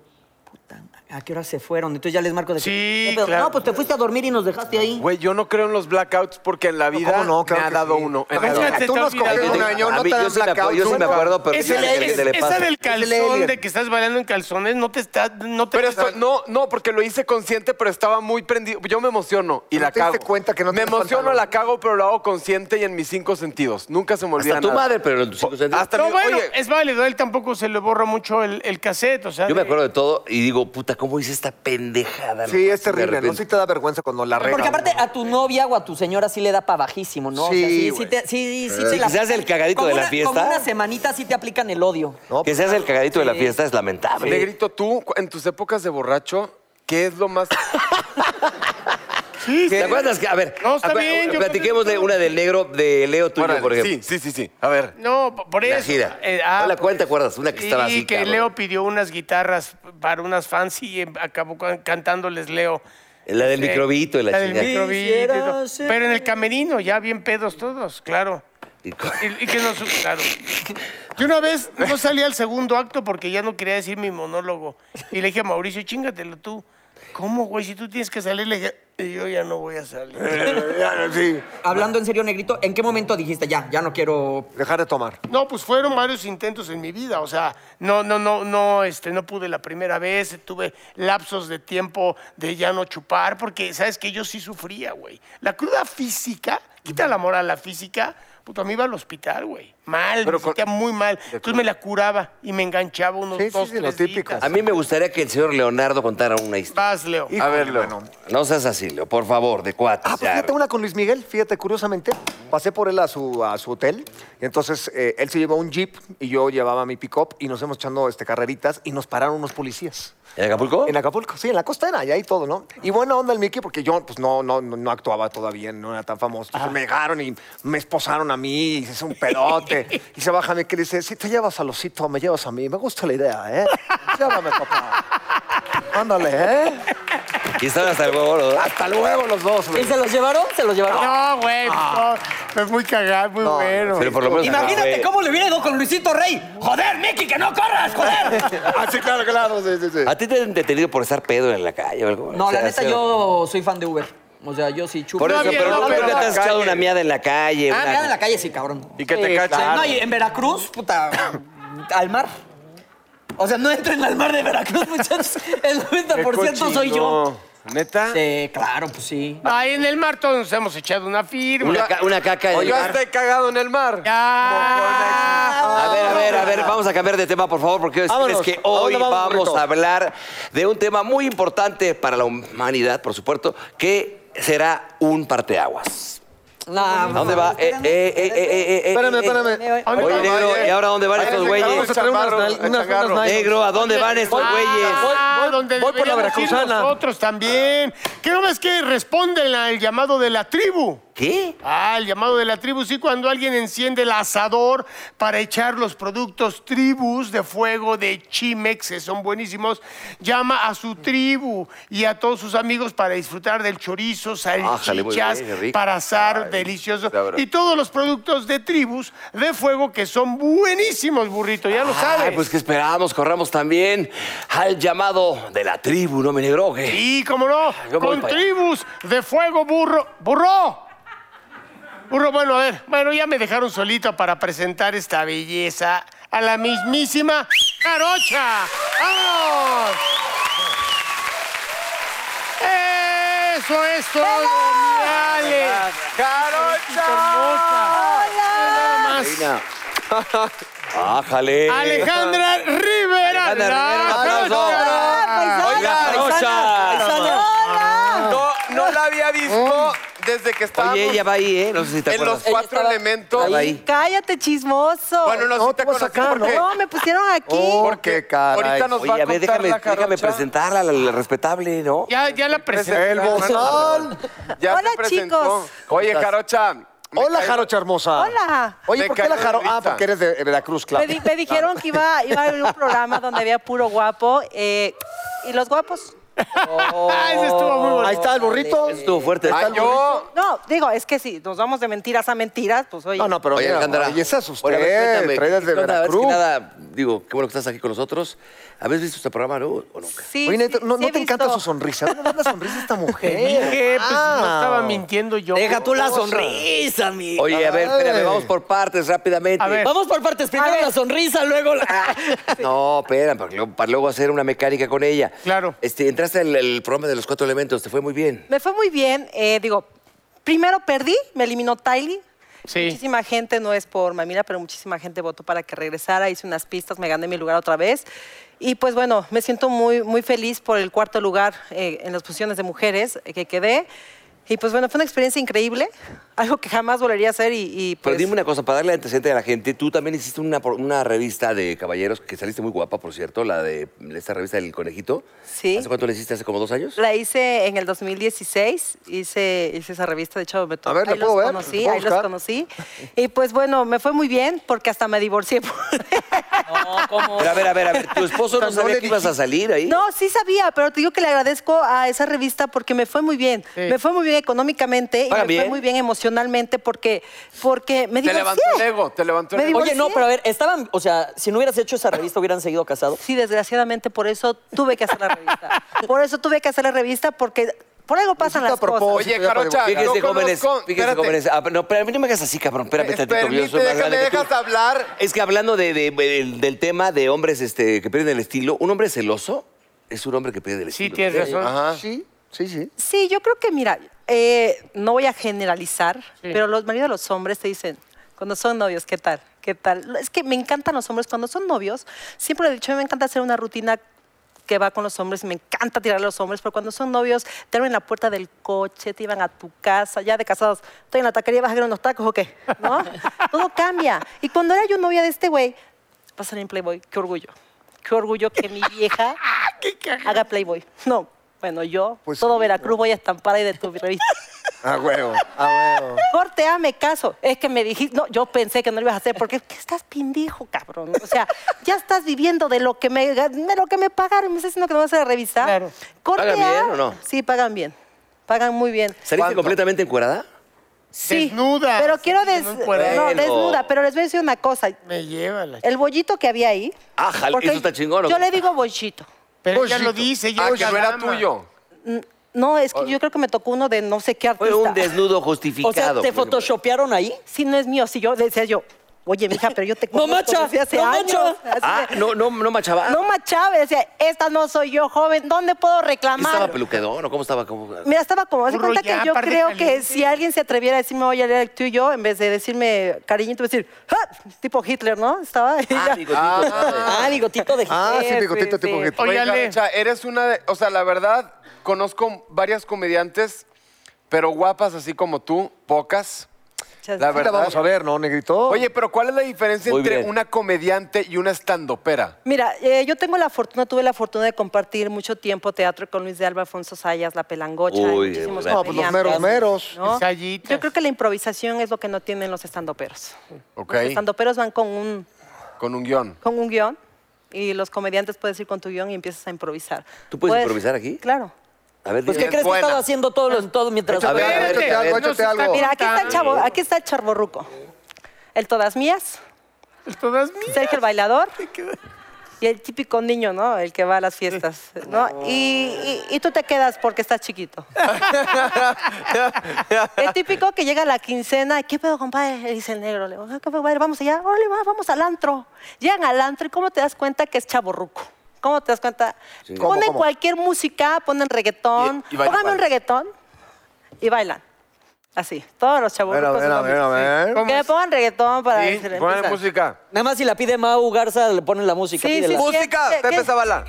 S7: puta, madre, ¿a qué hora se fueron? Entonces ya les marco de que,
S4: Sí,
S7: "¿Qué pedo?".
S4: claro.
S7: No, pues te fuiste a dormir y nos dejaste ahí.
S6: Güey, yo no creo en los blackouts porque en la vida
S5: ¿Cómo no? Claro
S6: me ha
S5: que
S6: dado
S5: sí.
S6: uno.
S5: A ver,
S6: En la
S4: Imagínate,
S6: vida.
S5: tú
S4: te
S5: me has
S4: olvidas.
S5: cogido un
S4: Yo-
S5: año, no
S3: a mí-
S5: te
S3: yo
S5: dan
S3: sí me acuerdo,
S5: blackout.
S3: yo sí me
S5: nunca.
S3: acuerdo, pero-
S4: Esa,
S3: ¿qué le-
S4: es-
S3: qué le
S4: esa
S3: pasa?
S4: del calzón,
S5: Leer.
S4: de que estás bailando en calzones, no te está... No te
S6: Pero esto- no, no, porque lo hice consciente, pero estaba muy prendido. Yo me emociono y
S5: ¿No
S6: la
S5: te
S6: cago.
S5: diste cuenta que no
S6: me
S5: tenías
S6: emociono,
S5: pantalón?
S6: la cago, pero lo hago consciente y en mis cinco sentidos. Nunca se me olvida
S3: Hasta tu
S6: nada.
S3: madre, pero en tus cinco sentidos.
S6: Hasta
S4: No,
S6: mi-
S4: bueno,
S6: oye,
S4: es válido. A él tampoco se le borra mucho el, el cassette, o sea...
S3: Yo me
S4: de-
S3: acuerdo de todo y digo, puta, ¿cómo hice esta pendejada?
S5: Sí,
S3: no?
S5: es terrible,
S3: De
S5: ¿no?
S3: repente.
S5: Sí te da vergüenza cuando la reglas.
S7: Porque aparte a tu novia o a tu señora sí le da pa' bajísimo, ¿no? O sea,
S5: Sí,
S7: sí, sí,
S5: güey.
S7: te, sí, sí,
S3: Sí,
S7: te la
S3: quizás el cagadito
S7: como
S3: de la
S7: una-
S3: fiesta.
S7: Como una semanita sí te aplican el odio.
S5: No,
S3: Que seas el cagadito de la fiesta es lamentable.
S6: Negrito, tú, cu- en tus épocas de borracho, ¿qué es
S3: [COUGHS]
S6: lo más...?
S3: ¿Te acuerdas que, a ver,
S4: No, está
S3: acu-
S4: bien, yo-
S3: platiquemos de una del negro, de Leo tuyo,
S6: Órale,
S3: por ejemplo.
S6: sí, sí, sí, sí. A ver.
S4: No, p- por eso.
S3: La gira.
S4: Eh, ah,
S3: Hola,
S4: por
S3: ¿cuál te
S4: eso.
S3: acuerdas? Una que
S4: Sí,
S3: estaba así,
S4: que
S3: cabrón.
S4: Leo pidió unas guitarras para unas fans y eh, acabó can- cantándoles Leo.
S3: La del
S4: Eh,
S3: microbito y la,
S4: del
S3: chingada.
S4: microbito y todo.
S7: Quisiera ser-
S4: Pero en el camerino, ya bien pedos todos, claro.
S3: Y co-
S4: Y, y que no su- claro. Yo una vez no salí al segundo acto porque ya no quería decir mi monólogo. Y le dije a Mauricio, chingatelo tú. ¿Cómo, güey? Si tú tienes que salir, le dije, "Y yo ya no voy a salir.
S5: sí,
S7: Hablando en serio, Negrito, ¿en qué momento dijiste ya, ya no quiero...
S5: dejar de tomar.
S4: No, pues fueron varios intentos en mi vida, o sea, no, no, no, no, este, no pude la primera vez, tuve lapsos de tiempo de ya no chupar, porque sabes que yo sí sufría, güey. La cruda física, quita la moral, la física, puto, a mí iba al hospital, güey, mal,
S6: Pero
S4: me
S6: con-
S4: sentía muy mal, entonces me la curaba y me enganchaba unos
S5: Sí, sí,
S4: dos,
S5: sí, lo
S4: tres
S5: típico.
S4: días.
S3: A mí me gustaría que el señor Leonardo contara una historia.
S4: Vas, Leo.
S6: A ver, Leo.
S3: No seas así, Leo, por favor, de cuatro.
S5: Ah, pues fíjate una con Luis Miguel, fíjate, curiosamente. Pasé por él a su, a su hotel y entonces eh, él se llevó un jeep y yo llevaba mi pick-up y nos hemos echando este, carreritas y nos pararon unos policías.
S3: ¿En Acapulco?
S5: En Acapulco, sí, en la costera, allá y todo, ¿no? Y buena onda el Mickey, porque yo pues no, no, no no actuaba todavía, no era tan famoso. Entonces me dejaron y me esposaron a mí, y es un pedote. y se baja Mickey y dice, si te llevas al osito, me llevas a mí. Me gusta la idea, ¿eh? Llévame, papá. Ándale, ¿eh?
S3: Y estaba hasta el huevo, ¿no?
S5: Hasta luego los dos.
S7: ¿Y se los llevaron? Se los llevaron.
S4: No, güey, no, es muy cagado, muy
S5: Ah. No,
S4: bueno.
S3: Pero por lo menos.
S7: Imagínate
S3: Pues, güey.
S7: cómo le hubiera ido con Luisito Rey. Joder, Mickey, que no corras, joder.
S5: Así, claro, claro, sí, sí, sí.
S3: ¿A ti te han detenido por estar pedo en la calle o algo?
S7: No,
S3: O sea,
S7: la neta,
S3: sea-
S7: yo soy fan de Uber. O sea, yo sí chupo.
S3: Por eso,
S4: No, bien,
S3: pero
S4: no,
S3: no,
S4: pero
S3: nunca
S4: en
S3: te
S4: la
S3: has echado una miada en la calle.
S7: Ah,
S3: una-
S7: mirada en la calle, sí, cabrón.
S6: Y que te cachen.
S7: claro. No, y en Veracruz, puta, al mar. O sea, no entren al mar de Veracruz, [LAUGHS] muchachos. El 90%
S6: Qué
S7: soy yo.
S6: cochino. ¿Neta?
S7: Sí, claro, pues sí.
S4: Ahí en el mar todos nos hemos echado una firma.
S3: Una, ca- una caca en el
S6: Yo
S3: mar.
S6: estoy cagado en el mar.
S4: Ya.
S3: A ver, a ver, a ver, vamos a cambiar de tema, por favor, porque quiero decirles
S5: Vámonos.
S3: que
S5: ¿A
S3: hoy
S5: dónde vamos,
S3: vamos
S5: Burrito?
S3: a hablar de un tema muy importante para la humanidad, por supuesto, que será un parteaguas.
S7: No,
S3: ¿A
S8: pues,
S3: dónde va? Eh, eh, eh, eh, eh, eh, eh,
S5: Espérame,
S3: eh.
S5: espérame.
S4: ¿A dónde
S3: Oye,
S4: va?
S3: negro, ¿y ahora dónde van estos
S5: Vamos
S3: güeyes?
S5: a traer unas,
S6: Chaparro,
S5: nal- unas, unas
S6: chaparro.
S5: nylon.
S3: Negro, ¿a dónde van estos
S4: Ah,
S3: güeyes?
S5: voy-
S4: donde
S5: voy por la
S4: deberíamos ir
S5: veracruzana.
S4: Nosotros también. ¿Qué no ves que responden al llamado de la tribu?
S3: ¿Qué?
S4: Ah, el llamado de la tribu, sí, cuando alguien enciende el asador para echar los productos tribus de fuego de Chimex, que son buenísimos, llama a su tribu y a todos sus amigos para disfrutar del chorizo,
S3: Ájale, muy
S4: salchichas,
S3: bien, rico.
S4: para asar,
S3: Ay,
S4: delicioso,
S3: sabroso.
S4: y todos los productos de tribus de fuego que son buenísimos, burrito, ya lo
S3: Ay,
S4: sabes.
S3: pues que esperamos, corramos también al llamado de la tribu, ¿no, mi negro? ¿Qué?
S4: Y cómo no,
S3: Yo voy
S4: con
S3: para allá.
S4: tribus de fuego, burro. ¡Burro! Burro, bueno, a ver, bueno, ya me dejaron solito para presentar esta belleza a la mismísima Carocha. ¡Vamos! ¡Eso es todo, mi Ale!
S6: ¡Carocha!
S4: Nada más.
S3: ¡Ájale!
S4: Alejandra Rivera.
S3: Alejandra Rivera, un
S4: la
S3: aplauso.
S8: pues,
S4: Jarocha.
S3: Oiga, Rocha.
S6: No, no la había visto desde que estábamos
S3: Oye, ella va ahí, ¿eh? No sé si te
S6: en los
S3: acuerdas.
S6: cuatro elementos.
S3: Estaba ahí.
S8: Cállate, chismoso.
S6: Bueno, no,
S5: No,
S6: sí te
S5: te vas a
S6: conocí
S5: sacar,
S6: porque
S8: no, me pusieron aquí.
S5: Porque, caray.
S6: ahorita nos va
S3: Oye, a
S6: a
S3: ver,
S6: contar
S3: déjame,
S6: la Carocha.
S3: déjame presentarla, la, la respetable, ¿no?
S4: Ya, ya la presenté.
S5: El bozal.
S6: Ya se
S8: Hola,
S6: presentó.
S8: chicos.
S6: Oye, Carocha. me
S5: Hola,
S6: caigo-
S5: Jarocha hermosa.
S8: Hola.
S5: Oye,
S6: Me
S5: ¿por qué la
S6: cayó de
S5: Jaro? Ah,
S6: risa.
S5: porque eres de Veracruz, claro.
S8: Me, di- me dijeron que iba, iba a haber un programa donde había puro guapo. eh, ¿Y los guapos?
S4: Ese estuvo muy bonito.
S5: Ahí está el burrito.
S3: Estuvo fuerte.
S6: Ay, yo.
S8: No, digo, es que si nos vamos de mentiras a mentiras, pues oye.
S5: No, no, pero
S3: Oye,
S5: mira,
S3: Alejandra.
S5: y esa es usted,
S3: Bueno, a ver, cuéntame,
S5: traídas
S3: ¿qué
S5: de
S3: onda? Antes que
S5: Veracruz.
S3: nada, digo, qué bueno que estás aquí con nosotros. ¿Habéis visto este programa, no? ¿O nunca?
S8: Sí,
S5: Oye, neta,
S8: sí,
S5: ¿no,
S8: sí
S5: no
S8: he
S5: te encanta
S8: visto.
S5: su sonrisa? ¿Dónde va la sonrisa esta mujer?
S4: Dije, pues no estaba
S5: Wow.
S4: mintiendo yo.
S7: Deja tú la sonrisa, mi.
S3: Oye, a ver, espérame, vamos por partes rápidamente.
S4: A ver.
S7: Vamos por partes. Primero la sonrisa, luego la.
S3: [LAUGHS] No, espera, para luego, para luego hacer una mecánica con ella.
S4: Claro.
S3: Este, entraste al el programa de los cuatro elementos, te fue muy bien.
S8: Me fue muy bien. eh, digo, primero perdí, me eliminó Tylee.
S4: Sí.
S8: Muchísima gente, no es por mamila, pero muchísima gente votó para que regresara. Hice unas pistas, me gané mi lugar otra vez. Y pues bueno, me siento muy, muy feliz por el cuarto lugar eh, en las posiciones de mujeres eh, que quedé. Y pues bueno, fue una experiencia increíble, algo que jamás volvería a hacer y, y,
S3: Pero
S8: pues...
S3: dime una cosa, para darle antecedente a la gente, tú también hiciste una, pro- una revista de caballeros que saliste muy guapa, por cierto, la de esta revista del conejito.
S8: Sí.
S3: ¿Hace cuánto la hiciste? ¿Hace como dos años?
S8: La hice en el 2016, hice, hice esa revista, de hecho me to-
S5: A ver, ¿la
S8: ahí
S5: puedo
S8: los
S5: ver? ¿La
S8: conocí,
S5: puedo
S8: ahí los
S5: buscar?
S8: conocí. Y pues bueno, me fue muy bien porque hasta
S5: [LAUGHS]
S8: me divorcié. por-
S7: No, ¿cómo?
S3: Pero a ver, a ver, a ver, tu esposo no
S5: No
S3: sabía
S5: le
S3: que ibas a salir ahí.
S8: No, sí sabía, pero te digo que le agradezco a esa revista porque me fue muy bien. Me fue muy bien económicamente y
S3: Pagan
S8: me
S3: bien.
S8: fue muy bien emocionalmente porque, porque me
S6: Te levantó el
S8: divorcié.
S6: ego, te levantó el
S8: Me
S6: ego.
S8: divorcié.
S7: Oye, no, pero a ver, estaban. O sea, si no hubieras hecho esa revista, hubieran seguido casados.
S8: Sí, desgraciadamente por eso tuve que hacer la revista. Por eso tuve que hacer la revista porque por algo
S5: Hiciste
S8: pasan las
S5: a propósito.
S8: cosas.
S6: Oye, Carocha,
S5: Fíjense,
S6: yo
S3: Fíjense,
S6: conozco-
S3: jóvenes, fíjense,
S6: espérate. Eh,
S3: jóvenes. Ah, no, pero a mí no me hagas así, cabrón, espérame tantito. porque yo soy
S6: Permíteme,
S3: más
S6: déjame,
S3: grande que tú. Ah,
S6: dejas hablar.
S3: Es que hablando de- de- del, del tema de hombres este, que pierden el estilo, un hombre celoso es un hombre que pierde el
S4: Sí,
S3: estilo.
S4: tienes razón.
S6: Ajá.
S5: Sí, Ah. sí, sí.
S8: Sí, yo creo que, mira, eh, no voy a generalizar, pero los maridos de los hombres te dicen, cuando son novios, ¿qué tal? ¿Qué tal? Es que me encantan los hombres cuando son novios. Siempre lo he dicho, a mí me encanta hacer una rutina que va con los hombres, me encanta tirar a los hombres, pero cuando son novios, te abren la puerta del coche, te iban a tu casa, ya de casados, estoy en la taquería, vas a querer unos tacos o qué, ¿no? Todo cambia. Y cuando era yo novia de este güey, pasan en Playboy, qué orgullo. Qué orgullo que mi vieja haga Playboy. [LAUGHS] No, bueno, yo,
S5: Pues
S8: todo
S5: sí,
S8: Veracruz voy a estampar ahí de tu revista.
S5: [LAUGHS] A huevo, a huevo.
S8: Corte, ah, me caso. Es que me dijiste, no, yo pensé que no lo ibas a hacer porque ¿qué estás pindijo, cabrón? O sea, ya estás viviendo de lo que me, de lo que me pagaron. Me estás diciendo que no vas a revisar.
S4: Claro.
S8: Corte
S3: ¿Pagan
S8: A,
S3: bien o no?
S8: Sí, pagan bien. Pagan muy bien.
S3: ¿Saliste completamente encuerada?
S8: Sí.
S4: Desnuda.
S8: Pero
S4: Se
S8: quiero
S4: tiene
S8: des...
S4: un cuerpo.
S8: No, desnuda, pero les voy a decir una cosa.
S4: Me lleva la ch-
S8: El bollito que había ahí.
S3: Ájale,
S8: porque
S3: Ah, eso está chingón, ¿o
S8: Yo
S3: qué?
S8: le digo bollito.
S4: Pero
S5: Pues
S4: ella
S5: sí.
S4: lo dice, ya
S6: Ah,
S4: lo
S6: que no era
S4: llama.
S6: tuyo.
S8: No, es que yo creo que me tocó uno de no sé qué
S3: Fue
S8: artista.
S3: un desnudo
S7: O sea,
S3: justificado.
S7: ¿te photoshopearon ahí?
S8: Si no es mío, si yo decía yo, oye, mija, pero yo te
S7: [LAUGHS] No
S8: conozco
S7: macha,
S8: desde hace
S7: no
S8: años.
S7: macha.
S8: Así de,
S3: Ah, no, no, no machaba.
S8: no machaba, decía, esta no soy yo, joven, ¿dónde puedo
S3: ¿Estaba
S8: reclamar?
S3: peluquedón o cómo estaba? ¿Cómo?
S8: Mira, estaba como, hace
S4: Burro
S8: cuenta
S4: ya,
S8: que yo
S4: par de
S8: creo que
S4: calientes.
S8: si alguien se atreviera a decirme, oye, era tú y yo, en vez de decirme cariñito, decir, "Ah", tipo Hitler, ¿no? Estaba y ya.
S3: Ah, bigotito, madre.
S7: Ah, bigotito de
S5: Ah, sí,
S7: Hitler,
S5: bigotito
S7: sí,
S5: tipo
S7: sí.
S5: Hitler.
S4: Oye,
S6: Oye,
S4: Ale.
S6: Gabacha, eres una de. O sea, la verdad, conozco varias comediantes, pero guapas así como tú, pocas.
S8: Muchas
S6: La
S8: gracias.
S5: Ahorita
S6: verdad.
S5: vamos a ver, ¿no, negrito?
S6: Oye, pero ¿cuál es la diferencia
S3: Muy
S6: entre
S3: bien.
S6: una comediante y una estandopera?
S8: Mira, eh, yo tengo la fortuna, tuve la fortuna de compartir mucho tiempo teatro con Luis de Alba, Alfonso Sayas, La Pelangocha,
S3: Uy,
S8: y muchísimos
S3: bueno.
S5: No, pues los meros
S8: comediantes,
S5: meros.
S8: ¿no?
S4: Ensayitas.
S8: Yo creo que la improvisación es lo que no tienen los estandoperos.
S6: ¿Ok?
S8: Los estandoperos van con un,
S6: Con un guión.
S8: con un guión y los comediantes puedes ir con tu guión y empiezas a improvisar.
S3: ¿Tú puedes improvisar aquí?
S8: Claro.
S3: A ver,
S7: Pues,
S3: dime.
S7: ¿qué crees que
S6: buena.
S7: estaba haciendo todo, lo- todo mientras...
S3: A ver, a ver,
S4: Espérate,
S5: échate algo,
S4: nos
S5: échate
S4: está
S5: algo.
S8: Mira, aquí está el
S4: contando.
S8: chavo, aquí está el charborruco. El todas mías,
S4: Todas mías.
S8: Sergio el bailador. Y el típico niño, ¿no? El que va a las fiestas, ¿no? Y, y- y tú te quedas porque estás chiquito. el típico que llega a la quincena, ¿qué pedo, compadre? Le dice el negro, le digo, "Ah, ¿qué pedo, compadre? Vamos allá, órale, va, vamos al antro. Llegan al antro y ¿cómo te das cuenta que es chaborruco? ¿Cómo te das cuenta?
S5: ¿Cómo,
S8: Ponen
S5: cómo?
S8: cualquier música, ponen reggaetón.
S6: Y- y bailan,
S8: Póngame un
S6: bailan.
S8: reggaetón y bailan. Así, todos los chavos.
S5: Bueno, bueno, bueno, bueno.
S8: Que le pongan reggaetón para
S6: Sí,
S8: decirle,
S6: Ponle
S8: empieza.
S6: música.
S7: Nada más si la pide Mau Garza, le ponen la música,
S8: Sí,
S7: pídela.
S8: sí,
S6: ¡Música!
S8: ¿Qué-
S6: Pepe
S8: qué-
S6: Zavala.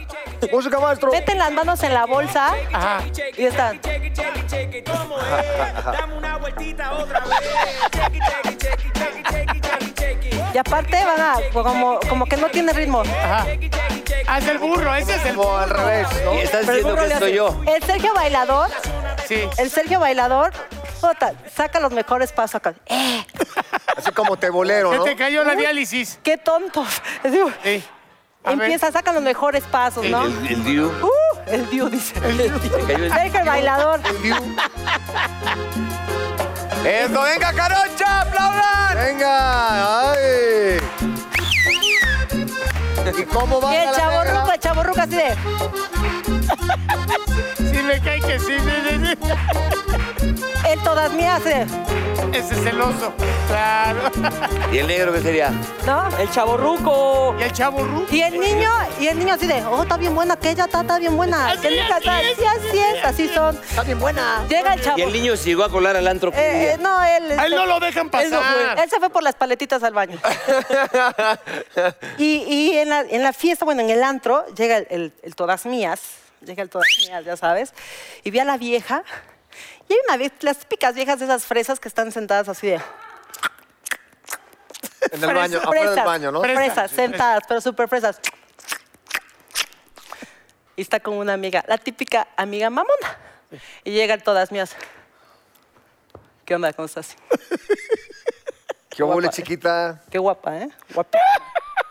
S5: Música, maestro.
S8: Meten las manos en la bolsa
S4: Ajá.
S8: y están. Y aparte van a,
S7: pues,
S8: como, como que no tiene ritmo.
S4: Ajá. Haz el burro, ese Ah, es el
S5: Como
S4: burro.
S5: al revés,
S3: Y
S5: ¿no?
S3: estás
S8: Pero el
S3: diciendo
S8: burro
S3: que
S8: le hace-
S3: soy yo.
S8: El Sergio Bailador,
S4: Sí.
S8: el Sergio Bailador, puta, saca los mejores pasos acá. ¡Eh!
S5: Así como te bolero,
S4: Se
S5: ¿no?
S4: te cayó la diálisis.
S8: ¡Qué tonto! [LAUGHS] Así,
S4: Sí. A ver.
S8: Empieza, saca los mejores pasos, ¿no?
S3: El, el Diu.
S8: ¡Uh! El Dios dice.
S3: Se cayó el-
S8: Sergio el Bailador.
S6: ¡Eso! ¡Venga, Carocha! ¡Aplaudan!
S5: Venga, ay. ¿Y cómo va?
S8: Y el
S5: la negra?
S8: chaborruco, el chaborruco así de.
S4: Sí, me cae que sí, sí, sí, sí.
S8: El todas mías eh, así de.
S4: Ese es el oso. Claro. [LAUGHS]
S3: ¿Y el negro qué sería?
S8: ¿No?
S7: El chaborruco.
S4: Y el chavo Ru.
S8: Y el niño, y el niño así de, oh, está bien buena aquella, está, está bien buena.
S4: Así
S8: Que
S4: es,
S8: nunca está,
S4: así es,
S8: sí, así es, así son. Está bien buena. Llega el chavo.
S3: ¿Y el niño se llegó a colar al antro? que
S8: Eh,
S3: día?
S8: eh, no, él.
S4: A él no lo dejan pasar.
S8: Él, no fue. Él se fue por las paletitas al baño. y y en, la, en la fiesta, bueno, en el antro, llega el, el- el todas mías, llega el todas mías, ya sabes, y ve a la vieja. Y hay una vez, las típicas viejas de esas fresas que están sentadas así de.
S5: En el baño, afuera del baño, ¿no?
S4: Fresas.
S8: Fresas, sentadas, pero súper fresas. Y está con una amiga, la típica amiga mamona. Y llegan todas mías. ¿Qué onda? ¿Cómo estás?
S5: ¿Qué huele, chiquita?
S8: Qué guapa, ¿eh? Guapísima.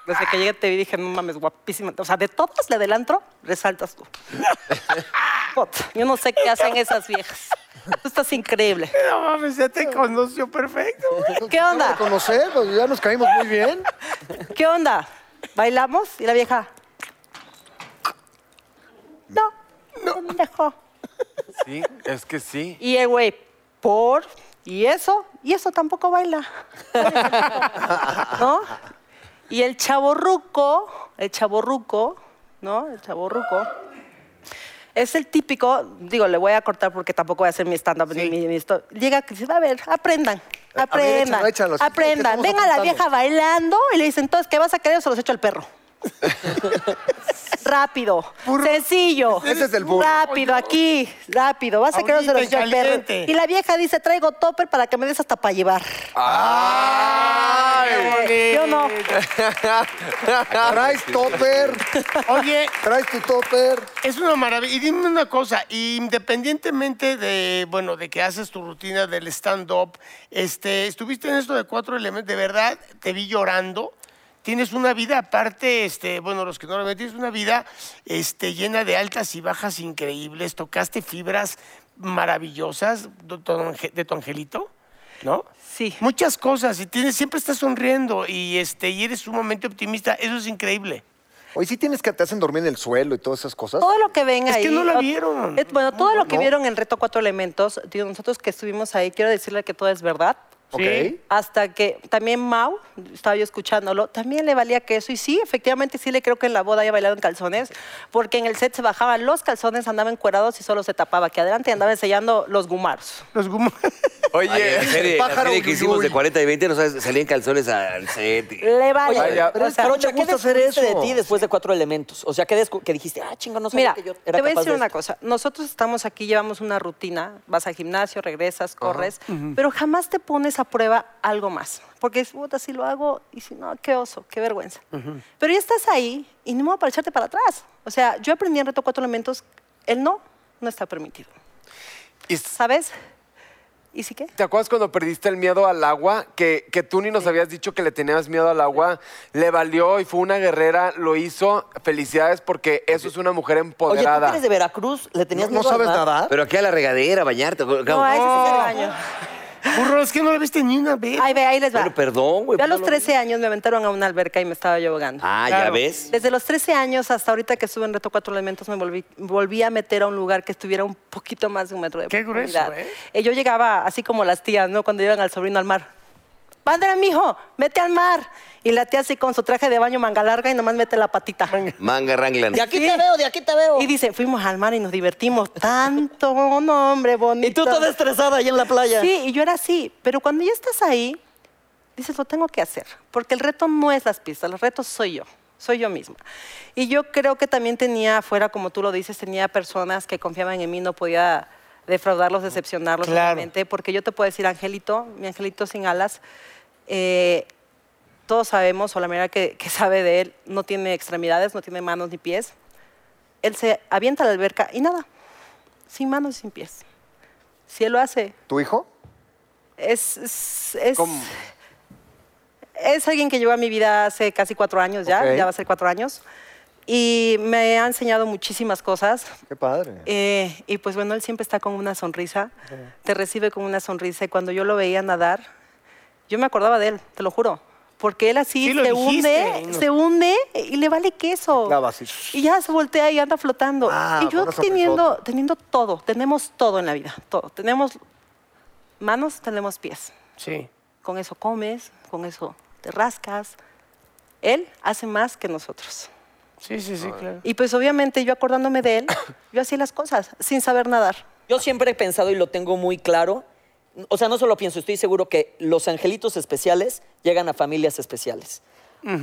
S8: Desde que llegué te vi dije, no mames, guapísima. O sea, de todas la del antro, resaltas tú. Puta, Yo no sé qué hacen esas viejas. Tú estás increíble.
S4: No mames, ya te conoció perfecto.
S8: ¿Qué onda?
S5: Acabo de conocer, pues ya nos caímos muy [LAUGHS] bien.
S8: ¿Qué onda? ¿Bailamos? Y la vieja. No, no me dejó.
S6: Sí, es que sí.
S8: Y el güey, por. Y eso, y eso tampoco baila. ¿No? Y el chaborruco, el chaborruco, ¿no? El chaborruco. Es el típico, digo, le voy a cortar porque tampoco voy a hacer mi stand-up ni mi, mi esto. Llega que dice, a ver, aprendan,
S5: A- a ver,
S8: aprendan,
S5: échalo, échalo, sí,
S8: aprendan.
S5: estamos
S8: Venga la
S5: apuntando.
S8: vieja bailando y le dicen, entonces, ¿qué vas a querer? Se los echo al perro. rápido, sencillo.
S5: Ese es el burro.
S8: Rápido, aquí, rápido. Vas a querer se los
S4: Ahorita
S8: echo al perro.
S4: caliente.
S8: Y la vieja dice, traigo topper para que me des hasta para llevar.
S4: Ay,
S8: Yo no.
S5: Traes topper,
S4: Oye,
S5: traes tu topper.
S4: es una maravilla. Y dime una cosa, independientemente de, bueno, de que haces tu rutina del stand-up, este, estuviste en esto de cuatro elementos, de verdad, te vi llorando. Tienes una vida aparte, este, bueno, los que no lo ven, tienes una vida este, llena de altas y bajas increíbles. Tocaste fibras maravillosas de tu ange- de tu angelito, ¿no?
S8: Sí.
S4: Muchas cosas, y tienes, siempre estás sonriendo y, este, y eres sumamente optimista. Eso es increíble.
S5: Oye, sí tienes que te hacen dormir en el suelo y todas esas cosas.
S8: Todo lo que ven
S4: Es
S8: ahí.
S4: que no la
S8: o-
S4: vieron.
S8: eh, Bueno, todo lo que
S5: No.
S8: vieron en Reto Cuatro Elementos, digo, nosotros que estuvimos ahí, quiero decirle que todo es verdad.
S5: Ok.
S4: Sí.
S8: Hasta que también Mau, estaba yo escuchándolo, también le valía queso. Y sí, efectivamente, sí le creo que en la boda haya bailado en calzones, porque en el set se bajaban los calzones, andaba encuerados y solo se tapaba. Que adelante andaba ensayando los gumaros.
S4: Los gum- [LAUGHS]
S6: Oye,
S3: Ay, la serie, la
S5: pájaro
S3: serie que hicimos de
S5: Yuyuy.
S3: 40 y 20, no sabes, salía en calzones al set. y-
S7: Le vale.
S6: Oye, ya-
S7: pero,
S5: pero es que no te
S7: ¿qué
S5: gusta hacer
S7: descubriste
S5: eso.
S7: de ti después de cuatro elementos? O sea, ¿qué, descu- que dijiste? Ah, chinga, no sabía
S8: Mira,
S7: que yo
S8: te
S7: era
S8: voy a
S7: capaz
S8: decir
S7: de
S8: una
S7: esto.
S8: cosa. Nosotros estamos aquí, llevamos una rutina, vas al gimnasio, regresas, corres, pero jamás te pones a prueba algo más. Porque es, puta, si lo hago, y si no, qué oso, qué vergüenza. Pero ya estás ahí y ni modo para echarte para atrás. O sea, yo aprendí en Reto Cuatro Elementos, el no, no está permitido.
S6: ¿Y
S8: ¿Sabes? ¿Y si qué?
S6: ¿Te acuerdas cuando perdiste el miedo al agua? Que, que tú ni nos habías dicho que le tenías miedo al agua. Le valió y fue una guerrera, lo hizo. Felicidades porque eso es una mujer
S7: Oye, tú que
S6: empoderada.
S7: eres de Veracruz, le tenías
S5: ¿No
S7: miedo
S5: sabes
S7: al mar?
S5: nadar?
S3: Pero aquí a la regadera, a bañarte.
S8: No, a ese sí
S3: Oh.
S8: es el baño.
S4: Burro, es que no la viste ni una vez.
S8: Ahí, ve, ahí les va.
S3: Bueno, perdón, güey.
S8: Yo a
S3: pues,
S8: los
S3: no lo-
S8: 13 años me aventaron a una alberca y me estaba yo ahogando.
S3: Ah, ya
S4: Claro.
S3: ves.
S8: Desde los 13 años hasta ahorita que estuve en Reto Cuatro Elementos me volví, volví a meter a un lugar que estuviera un poquito más de un metro de
S4: Qué grueso,
S8: profundidad.
S4: ¿eh?
S8: Eh, Yo llegaba así como las tías, ¿no? Cuando llevan al sobrino al mar. ¡Padre, mijo! ¡Mete al mar! Y la tía así con su traje de baño manga larga y nomás mete la patita.
S3: Manga Rangland.
S7: De aquí te veo, de aquí te veo.
S8: Y dice, fuimos al mar y nos divertimos tanto, un hombre bonito.
S7: Y tú toda estresada ahí en la playa.
S8: Sí, y yo era así. Pero cuando ya estás ahí, dices, lo tengo que hacer. Porque el reto no es las pistas, el reto soy yo. Soy yo misma. Y yo creo que también tenía afuera, como tú lo dices, tenía personas que confiaban en mí, no podía defraudarlos, decepcionarlos.
S4: Claro.
S8: obviamente, porque yo te puedo decir, Angelito, mi Angelito sin alas, eh, todos sabemos, o la manera que, que sabe de él, no tiene extremidades, no tiene manos ni pies. Él se avienta a la alberca y nada, sin manos y sin pies. Si él lo hace,
S5: ¿Tu hijo?
S8: es, es, es-
S6: ¿Cómo?
S8: es alguien que llegó a mi vida hace casi cuatro años ya,
S5: Ok.
S8: ya va a ser cuatro años. Y me ha enseñado muchísimas cosas.
S5: Qué padre.
S8: Eh, y pues bueno, él siempre está con una sonrisa, te recibe con una sonrisa. Y cuando yo lo veía nadar, yo me acordaba de él, te lo juro. Porque él así
S4: Sí, lo
S8: se
S4: dijiste,
S8: hunde,
S4: ¿no?
S8: se hunde y le vale queso.
S5: Clava así.
S8: Y ya se voltea y anda flotando.
S5: Ah,
S8: y yo
S5: con una
S8: teniendo,
S5: sonrisota.
S8: teniendo todo, tenemos todo en la vida, todo. Tenemos manos, tenemos pies.
S4: Sí.
S8: Con eso comes, con eso te rascas. Él hace más que nosotros.
S4: Sí, sí, sí, claro.
S8: Y pues obviamente yo acordándome de él, yo hacía las cosas sin saber nadar.
S7: Yo siempre he pensado y lo tengo muy claro. O sea, no solo pienso, estoy seguro que los angelitos especiales llegan a familias especiales.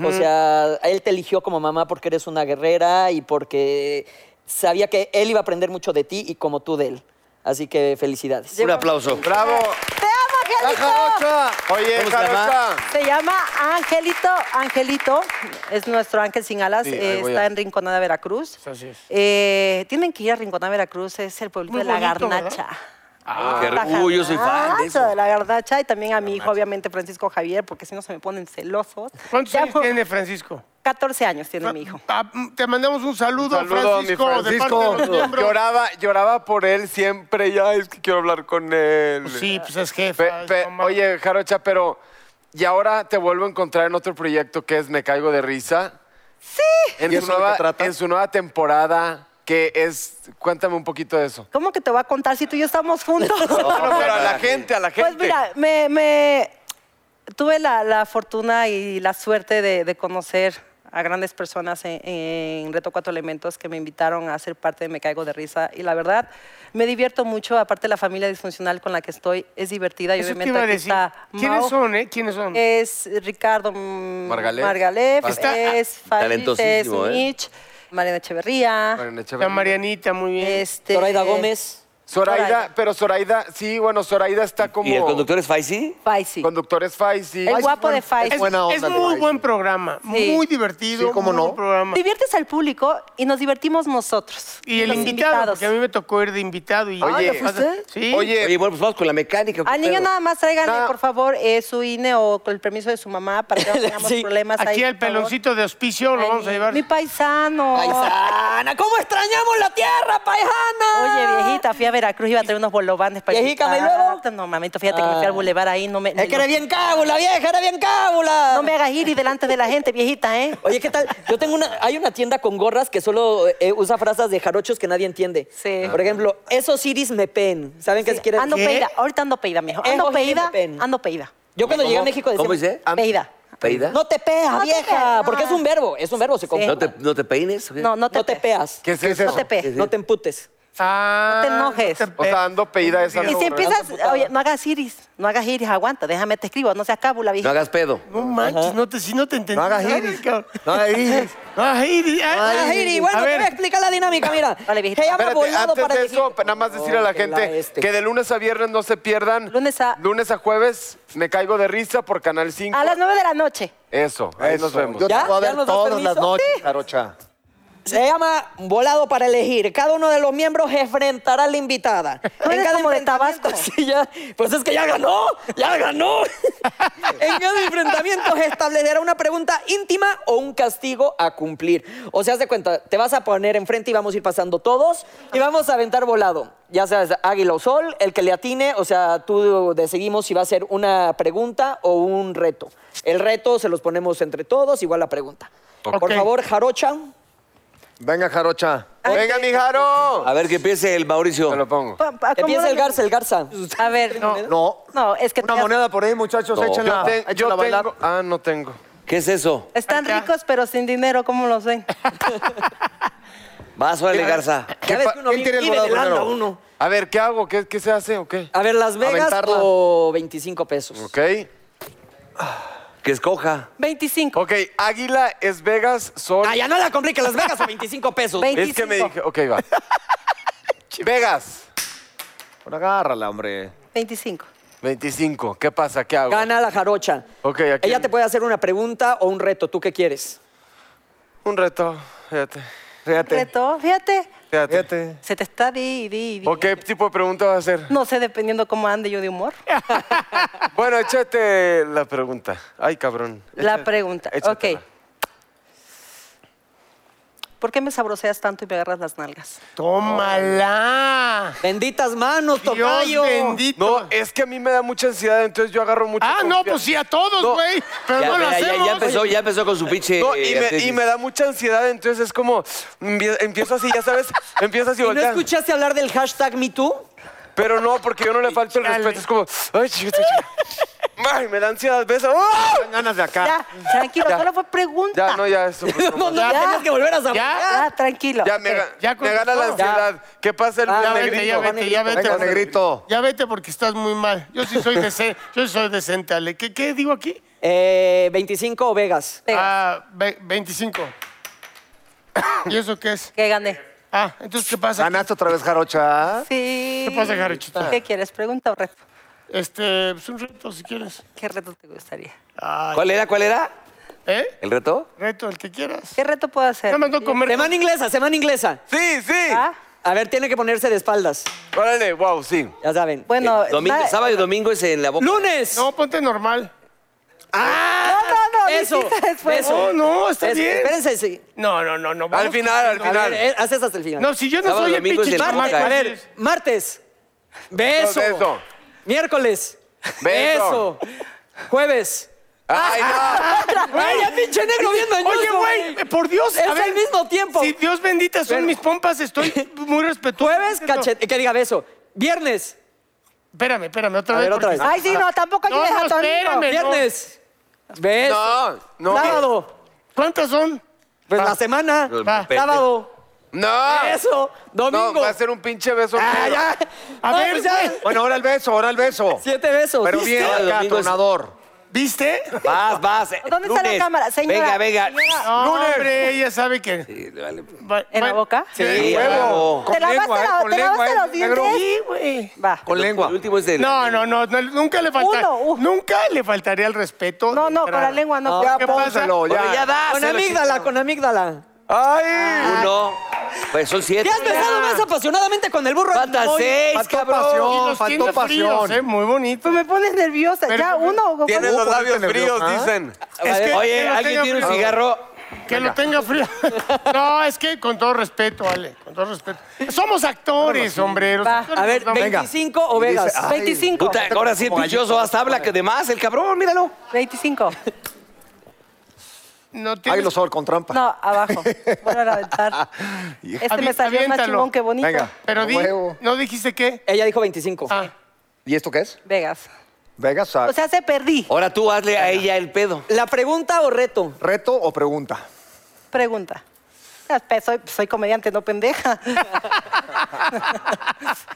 S7: O sea, él te eligió como mamá porque eres una guerrera y porque sabía que él iba a aprender mucho de ti y como tú de él. Así que felicidades.
S3: Un aplauso.
S6: ¡Bravo!
S8: ¡Te amo,
S6: ¡La
S8: Angelito!
S6: jarocha! Oye,
S3: ¿Cómo se llama?
S6: jarocha.
S8: Se llama Angelito. Angelito es nuestro ángel sin alas.
S6: Sí, ahí
S8: eh,
S6: voy
S8: está
S6: a-
S8: en Rinconada, Veracruz.
S4: Así es.
S8: Eh, tienen que ir a Rinconada, Veracruz. Es el pueblito
S4: Muy
S8: de la
S4: bonito, ¿verdad?
S8: Garnacha.
S3: Qué
S8: La
S3: re- Uy, yo soy fan de
S8: garnacha,
S3: eso.
S8: de la garnacha y también a mi hijo, obviamente, Francisco Javier, porque si no se me ponen celosos.
S4: ¿Cuántos
S8: Ya,
S4: años tiene Francisco?
S8: 14 años tiene mi hijo.
S4: Ah, mm, Te mandamos un saludo,
S6: Saludo a mi
S4: Francisco, de parte de los
S6: Francisco.
S4: miembros.
S6: Lloraba, lloraba por él siempre. Ya es que quiero hablar con él.
S4: Pues sí, pues es
S6: Fe-
S4: jefa. es
S6: fe-
S4: mamá.
S6: oye, Jarocha, pero. Y ahora te vuelvo a encontrar en otro proyecto que es Me Caigo de Risa. ¡Sí! En,
S5: ¿Y
S6: su
S5: eso de qué
S6: nueva,
S5: trata?
S6: en su nueva temporada, que es. Cuéntame un poquito de eso.
S8: ¿Cómo que te voy a contar si tú y yo
S4: [LAUGHS]
S8: estamos juntos?
S6: Bueno, pero a la gente, a la gente.
S8: Pues mira, me, me- tuve la, la fortuna y la suerte de, de conocer a grandes personas en, en Reto Cuatro Elementos que me invitaron a ser parte de Me Caigo de Risa. Y la verdad, me divierto mucho. Aparte, la familia disfuncional con la que estoy es divertida. Y
S4: Eso te
S8: obviamente
S4: iba a
S8: aquí
S4: decir.
S8: está
S4: ¿Quiénes
S8: Mau.
S4: son, eh? ¿Quiénes son?
S8: Es Ricardo mm,
S6: Margalef.
S8: Margalef,
S6: Está-
S8: es Farid, es
S3: Talentosísimo, ¿eh?
S8: Mitch, Mariana Echeverría.
S6: Mariana Echeverría.
S4: La Marianita, muy bien.
S8: este,
S7: Zoraida Gómez.
S6: Zoraida,
S8: Zoraida.
S6: pero Zoraida, sí, bueno, Zoraida está como.
S3: ¿Y el conductor es Faisy?
S8: Faisy.
S6: Conductor es Faisy.
S8: El guapo de
S4: Es,
S8: Faisy.
S5: buena onda
S4: es
S5: el
S4: muy
S5: país.
S4: buen programa,
S8: Sí.
S4: muy divertido.
S5: Sí, cómo
S4: muy
S5: no.
S4: buen programa.
S8: Diviertes al público y nos divertimos nosotros.
S4: Y el
S8: los Ah,
S4: invitado, porque a mí me tocó ir de invitado. Y
S6: Oye,
S4: ¿ya fuiste? Sí.
S6: Oye,
S3: Oye, bueno, pues vamos con la mecánica. ¿qué
S8: Al Ah, niño
S3: pedo?
S8: nada más tráiganle,
S6: Nada.
S8: por favor, eh, su INE o con el permiso de su mamá para que
S4: [LAUGHS]
S8: no tengamos
S7: Sí.
S8: problemas ahí.
S4: aquí al
S8: por favor.
S4: peloncito de hospicio lo vamos a llevar.
S8: Mi paisano.
S7: Paisana, ¿cómo extrañamos la tierra, paisana?
S8: Oye, viejita, fui a Veracruz iba a traer unos bolovanes para
S9: Viejícame, ¿y luego? Ah.
S8: No, mamito, fíjate que me fui al bulevar ahí. No me,
S9: Es que eres bien cábula, vieja, eres bien cábula.
S8: no me hagas ir y delante de la gente, viejita, ¿eh?
S7: Oye, ¿qué tal? Yo tengo una, hay una tienda con gorras que solo eh, usa frases de jarochos que nadie entiende.
S8: Sí.
S7: Por ejemplo, esos iris me peen. ¿Saben qué quiere
S8: Ando
S7: decir?
S8: peida, ahorita ando peida, mijo.
S7: Eso
S8: Ando
S7: sí me
S8: peida,
S7: pena.
S8: ando peida.
S7: Yo cuando llegué a
S3: ¿Cómo?
S7: México decía,
S3: ¿Cómo dice?
S8: Peida.
S3: ¿Peida?
S7: No te peas,
S8: No te
S7: vieja,
S8: peas,
S7: porque es
S8: ajá.
S7: un verbo, es un verbo, se compra.
S3: ¿No te, no te peines? o qué?
S8: No, no te,
S7: No te peas.
S6: ¿Qué es
S8: No
S6: eso?
S8: te peas.
S7: No te emputes.
S4: Ah,
S8: No te enojes.
S6: O sea, ando peída esa.
S8: Y si empiezas, oye, no hagas iris, no hagas iris, aguanta, déjame te escribo, no seas cábula,
S3: No
S8: viejita.
S3: hagas pedo.
S4: No manches, no te, si no te entendí.
S5: No hagas
S4: nada,
S5: iris.
S4: cabrón.
S5: No hagas iris.
S4: No hagas iris. ah,
S7: Ah, Giri, bueno,
S4: a
S7: te voy a
S4: ver,
S7: explicar la dinámica, mira.
S8: Vale, viejita.
S7: Se llama
S6: Espérate,
S7: volado
S6: antes
S7: para
S6: de
S7: que
S6: eso,
S7: gire.
S6: nada más decirle a la
S7: Oh, que la
S6: gente
S7: este.
S6: que de lunes a viernes no se pierdan.
S8: Lunes a-
S6: Lunes a jueves, me caigo de risa por Canal 5.
S8: A las 9 de la noche.
S6: Eso, ahí nos
S5: Eso.
S6: vemos.
S5: Yo
S7: ¿Ya?
S5: te voy a
S7: ¿Ya
S5: ver
S7: nos das
S5: todas las
S7: permiso?
S5: noches,
S7: Sí.
S5: Jarocha.
S7: Se llama volado para elegir. Cada uno de los miembros enfrentará a la
S8: [LAUGHS]
S7: invitada.
S8: eres
S7: cada
S8: como de
S7: enfrentamiento-
S8: Tabasco.
S7: [LAUGHS] Sí, ya. Pues es que ya ganó, ya ganó. [LAUGHS] en cada enfrentamiento se establecerá una pregunta íntima o un castigo a cumplir. O sea, haz de cuenta, te vas a poner enfrente y vamos a ir pasando todos y vamos a aventar volado. Ya seas águila o sol, el que le atine, o sea, tú decidimos si va a ser una pregunta o un reto. El reto se los ponemos entre todos, igual la pregunta. Por favor, Jarocha.
S5: Venga, Jarocha.
S6: Venga, mi Jaro.
S3: A ver que empiece el Mauricio.
S6: Te lo pongo.
S8: Pa- pa-
S7: Empieza el
S8: acomódame.
S7: Garza, el Garza.
S8: A ver, no.
S5: No.
S8: No, es que
S5: Una
S8: te-
S5: moneda por ahí, muchachos.
S3: No.
S6: Yo,
S5: Échenla.
S6: te-
S5: échenla
S6: yo
S5: a bailar.
S6: tengo. Ah, no tengo.
S3: ¿Qué es eso?
S8: Están ricos pero sin dinero, ¿cómo los [LAUGHS] ven?
S3: Vas, órale, Garza.
S7: Ya ves que uno
S5: ¿Quién tiene el
S7: vive
S5: volado
S7: velando
S5: primero?
S7: a uno.
S6: A ver, ¿qué hago? ¿Qué, qué se hace o qué?
S7: A ver, Las Vegas
S5: Aventarla.
S7: o 25 pesos.
S6: Ok.
S3: Que escoja.
S8: 25.
S6: Ok, Águila es Vegas, Sol.
S7: Ah, ya no la complique, Las Vegas o 25 pesos.
S8: 25.
S6: es que me dije. Ok,
S7: [LAUGHS]
S6: va. Vegas.
S5: Bueno, agárrala, hombre.
S8: 25.
S6: 25. ¿Qué pasa? ¿Qué hago?
S7: Gana la jarocha.
S6: Ok, ¿a quién?
S7: Ella te puede hacer una pregunta o un reto. ¿Tú qué quieres?
S6: Un reto. Fíjate.
S5: Fíjate.
S8: Reto, fíjate.
S6: Fíjate.
S5: Fíjate.
S8: Se te está di, di, di.
S6: ¿O qué tipo de pregunta va a hacer?
S8: No sé, dependiendo cómo ande yo de humor.
S6: Bueno, échate la pregunta. Ay, cabrón.
S8: La
S6: Echa-
S8: pregunta.
S6: échatela.
S8: Ok. ¿Por qué me sabroseas tanto y me agarras las nalgas?
S4: tómala.
S7: Benditas manos,
S4: Dios
S7: tocayo.
S4: bendito.
S6: No,
S3: eh,
S6: es que a mí me da mucha ansiedad, entonces yo agarro mucho.
S4: ah, no, pues sí, a todos,
S6: No.
S4: güey. Pero
S3: Ya,
S4: no lo
S3: mira, ya-
S4: hacemos.
S3: ya empezó, ya empezó con su pinche.
S6: No,
S3: eh,
S6: y me, y
S3: tesis.
S6: me da mucha ansiedad, entonces es como. empie- Empiezo así, ya sabes, empiezo así
S7: ¿Y no
S6: voltear.
S7: escuchaste hablar del hashtag MeToo?
S6: Pero no, porque yo no le falto el respeto. Es como. Ay, chiquito, chiquito. Ay, me da ansiedad, beso. ¡Ah!
S5: Tengan ganas de acá.
S8: Ya, Ah, tranquilo,
S6: Ya.
S8: solo fue pregunta.
S6: Ya, no, [LAUGHS] ya, eso. pues, no
S7: [LAUGHS] No,
S6: más.
S7: no, tenías que volver a saber.
S4: Ya,
S8: Ya, tranquilo.
S6: Ya, me,
S8: Ok.
S6: ga-
S4: Ya
S6: me gana la
S4: contestó.
S6: ansiedad. ¿Qué pasa el
S7: Ah,
S4: Ya
S6: lunes,
S4: vete,
S6: negrito?
S4: ya vete, ya vete.
S5: Venga,
S4: porque-
S5: negrito.
S4: Ya vete porque estás muy mal. Yo sí soy, dece- yo sí soy decente, Ale. ¿Qué, qué digo aquí?
S7: Eh, 25 o Vegas.
S8: Venga,
S4: Ah, ve- 25. ¿Y eso qué es?
S8: que gané.
S4: Ah, entonces, ¿qué pasa?
S5: Ganaste otra vez, Jarocha.
S8: Sí.
S4: ¿Qué pasa, Jarochita?
S8: ¿Qué quieres? ¿Pregunta o reto?
S4: Este, es un reto, si quieres.
S8: ¿Qué reto te gustaría?
S4: Ay,
S3: ¿Cuál era? ¿Cuál era?
S4: ¿Eh?
S3: ¿El reto?
S4: Reto, el que quieras.
S8: ¿Qué reto puedo hacer?
S4: Nada más no comer.
S7: Semana inglesa, semana inglesa.
S6: Sí, sí.
S8: Ah,
S7: A ver, tiene que ponerse de espaldas.
S6: Órale, wow, sí.
S7: Ya saben.
S8: Bueno,
S3: Domingo,
S8: va-
S3: sábado y domingo es en la boca.
S7: ¡Lunes!
S4: No, ponte normal.
S8: No, no, no,
S7: Eso,
S8: visita después. Oh,
S7: eso.
S4: No, Oh, no, está
S7: Es-
S4: bien.
S7: Espérense, sí.
S4: No, no, no, no.
S6: Al
S4: vamos-
S6: final, al
S7: A ver,
S6: final.
S7: eh, haces hasta el final.
S4: No, si yo no
S3: Sábado,
S4: soy el
S3: domingo es
S4: pinche
S3: el
S4: chamaco,
S7: Martes,
S3: Marca.
S7: a
S4: güey.
S7: ver, martes. Beso.
S6: No, beso.
S7: Miércoles.
S6: Beso.
S7: Beso. Jueves.
S6: Ay, no.
S7: Ay, ya pinche negro viendo añoso,
S4: Oye, güey, eh, por Dios.
S7: Es al mismo tiempo.
S4: Si Dios bendita son
S7: Pero-
S4: mis pompas, estoy muy respetuoso.
S7: Jueves, cachete. Que diga beso. Viernes.
S4: Espérame, espérame, otra
S7: A
S4: vez.
S7: ver, otra
S4: porque-
S7: vez.
S8: Ay, sí, no, tampoco
S4: No,
S8: ayudes
S4: no,
S8: a tu amigo.
S4: espérame. Pero-
S7: Viernes. Beso.
S6: No, no. Ah.
S7: Sábado.
S4: ¿Cuántas son?
S7: Pues
S4: Va.
S7: la semana.
S4: Va.
S7: Sábado.
S6: No.
S7: Beso.
S6: No,
S7: Domingo.
S6: va a ser un pinche beso.
S7: Ah,
S6: negro.
S7: ya.
S4: A
S7: No,
S4: ver,
S7: pues ya.
S4: güey.
S5: Bueno, ahora el beso, ahora el beso.
S7: Siete besos.
S5: Pero
S7: ¿Viste?
S5: bien,
S3: Sábado,
S5: acá,
S3: domingo es-
S5: tronador.
S4: ¿Viste?
S3: Vas, vas. eh,
S8: ¿Dónde está
S3: lunes.
S8: la cámara? Señora.
S3: Venga, venga.
S4: No, hombre, ella sabe que.
S3: Sí, vale.
S4: va-
S8: ¿En la
S4: va-
S8: boca?
S3: Sí,
S5: huevo.
S3: bravo.
S8: ¿Te lavaste,
S5: lengua,
S8: la-
S5: eh, con
S8: te
S5: lengua,
S8: lavaste
S5: eh,
S8: los
S5: negro.
S8: dientes?
S4: Sí, güey.
S8: Va.
S5: Con lengua.
S3: El último es el.
S4: No, no, no, no, nunca le faltaría.
S8: Uno, uh.
S4: Nunca le faltaría el respeto.
S8: No,
S4: de
S8: no, con
S4: entrada.
S8: la lengua no.
S5: Ya
S4: ¿Qué pasa?
S5: pónselo, ya.
S3: Bueno, ya da.
S7: Con amígdala, con amígdala.
S6: Ay.
S3: Uno. Pues son siete.
S7: ¿Te has besado más apasionadamente con el burro?
S3: Faltan
S7: Hoy.
S3: seis,
S5: Faltó
S3: cabrón.
S4: Y
S5: pasión,
S4: los tiene
S5: faltó
S4: fríos,
S5: pasión.
S4: eh, muy bonito.
S8: Pues me pones nerviosa.
S4: Pero-
S8: ya, uno.
S6: Tienen
S8: ¿cómo?
S6: los labios
S5: nervioso,
S6: fríos,
S5: ¿ah?
S6: dicen.
S4: Es que-
S3: Oye,
S4: que los
S3: ¿alguien
S4: tenga
S3: tiene un
S4: frío.
S3: cigarro?
S4: Que lo tenga frío. [LAUGHS] No, es que con todo respeto, Ale, con todo respeto. Somos actores, hombre. los
S10: Va,
S4: actores
S10: a ver,
S4: nos damos-
S10: 25 o
S5: Y dice,
S10: Vegas.
S5: ay,
S10: 25.
S3: Puta, ahora sí el pinchoso hasta habla que de más, el cabrón, míralo.
S8: 25.
S4: No tienes-
S5: Ahí lo sol con trampa.
S8: No, abajo. Voy a aventar. Este
S4: Avi-
S8: me salió más
S4: aviéntalo.
S8: chingón que bonito.
S5: Venga.
S4: Pero di,
S5: Huevo.
S4: ¿no dijiste qué?
S10: Ella dijo 25.
S4: Ah,
S5: ¿Y esto qué es?
S8: Vegas.
S5: ¿Vegas? ah,
S8: O sea, se perdí.
S3: Ahora tú hazle a ella el pedo.
S10: ¿La pregunta o reto?
S5: ¿Reto o pregunta?
S8: Pregunta. Ah, pe- Soy, soy comediante, no pendeja.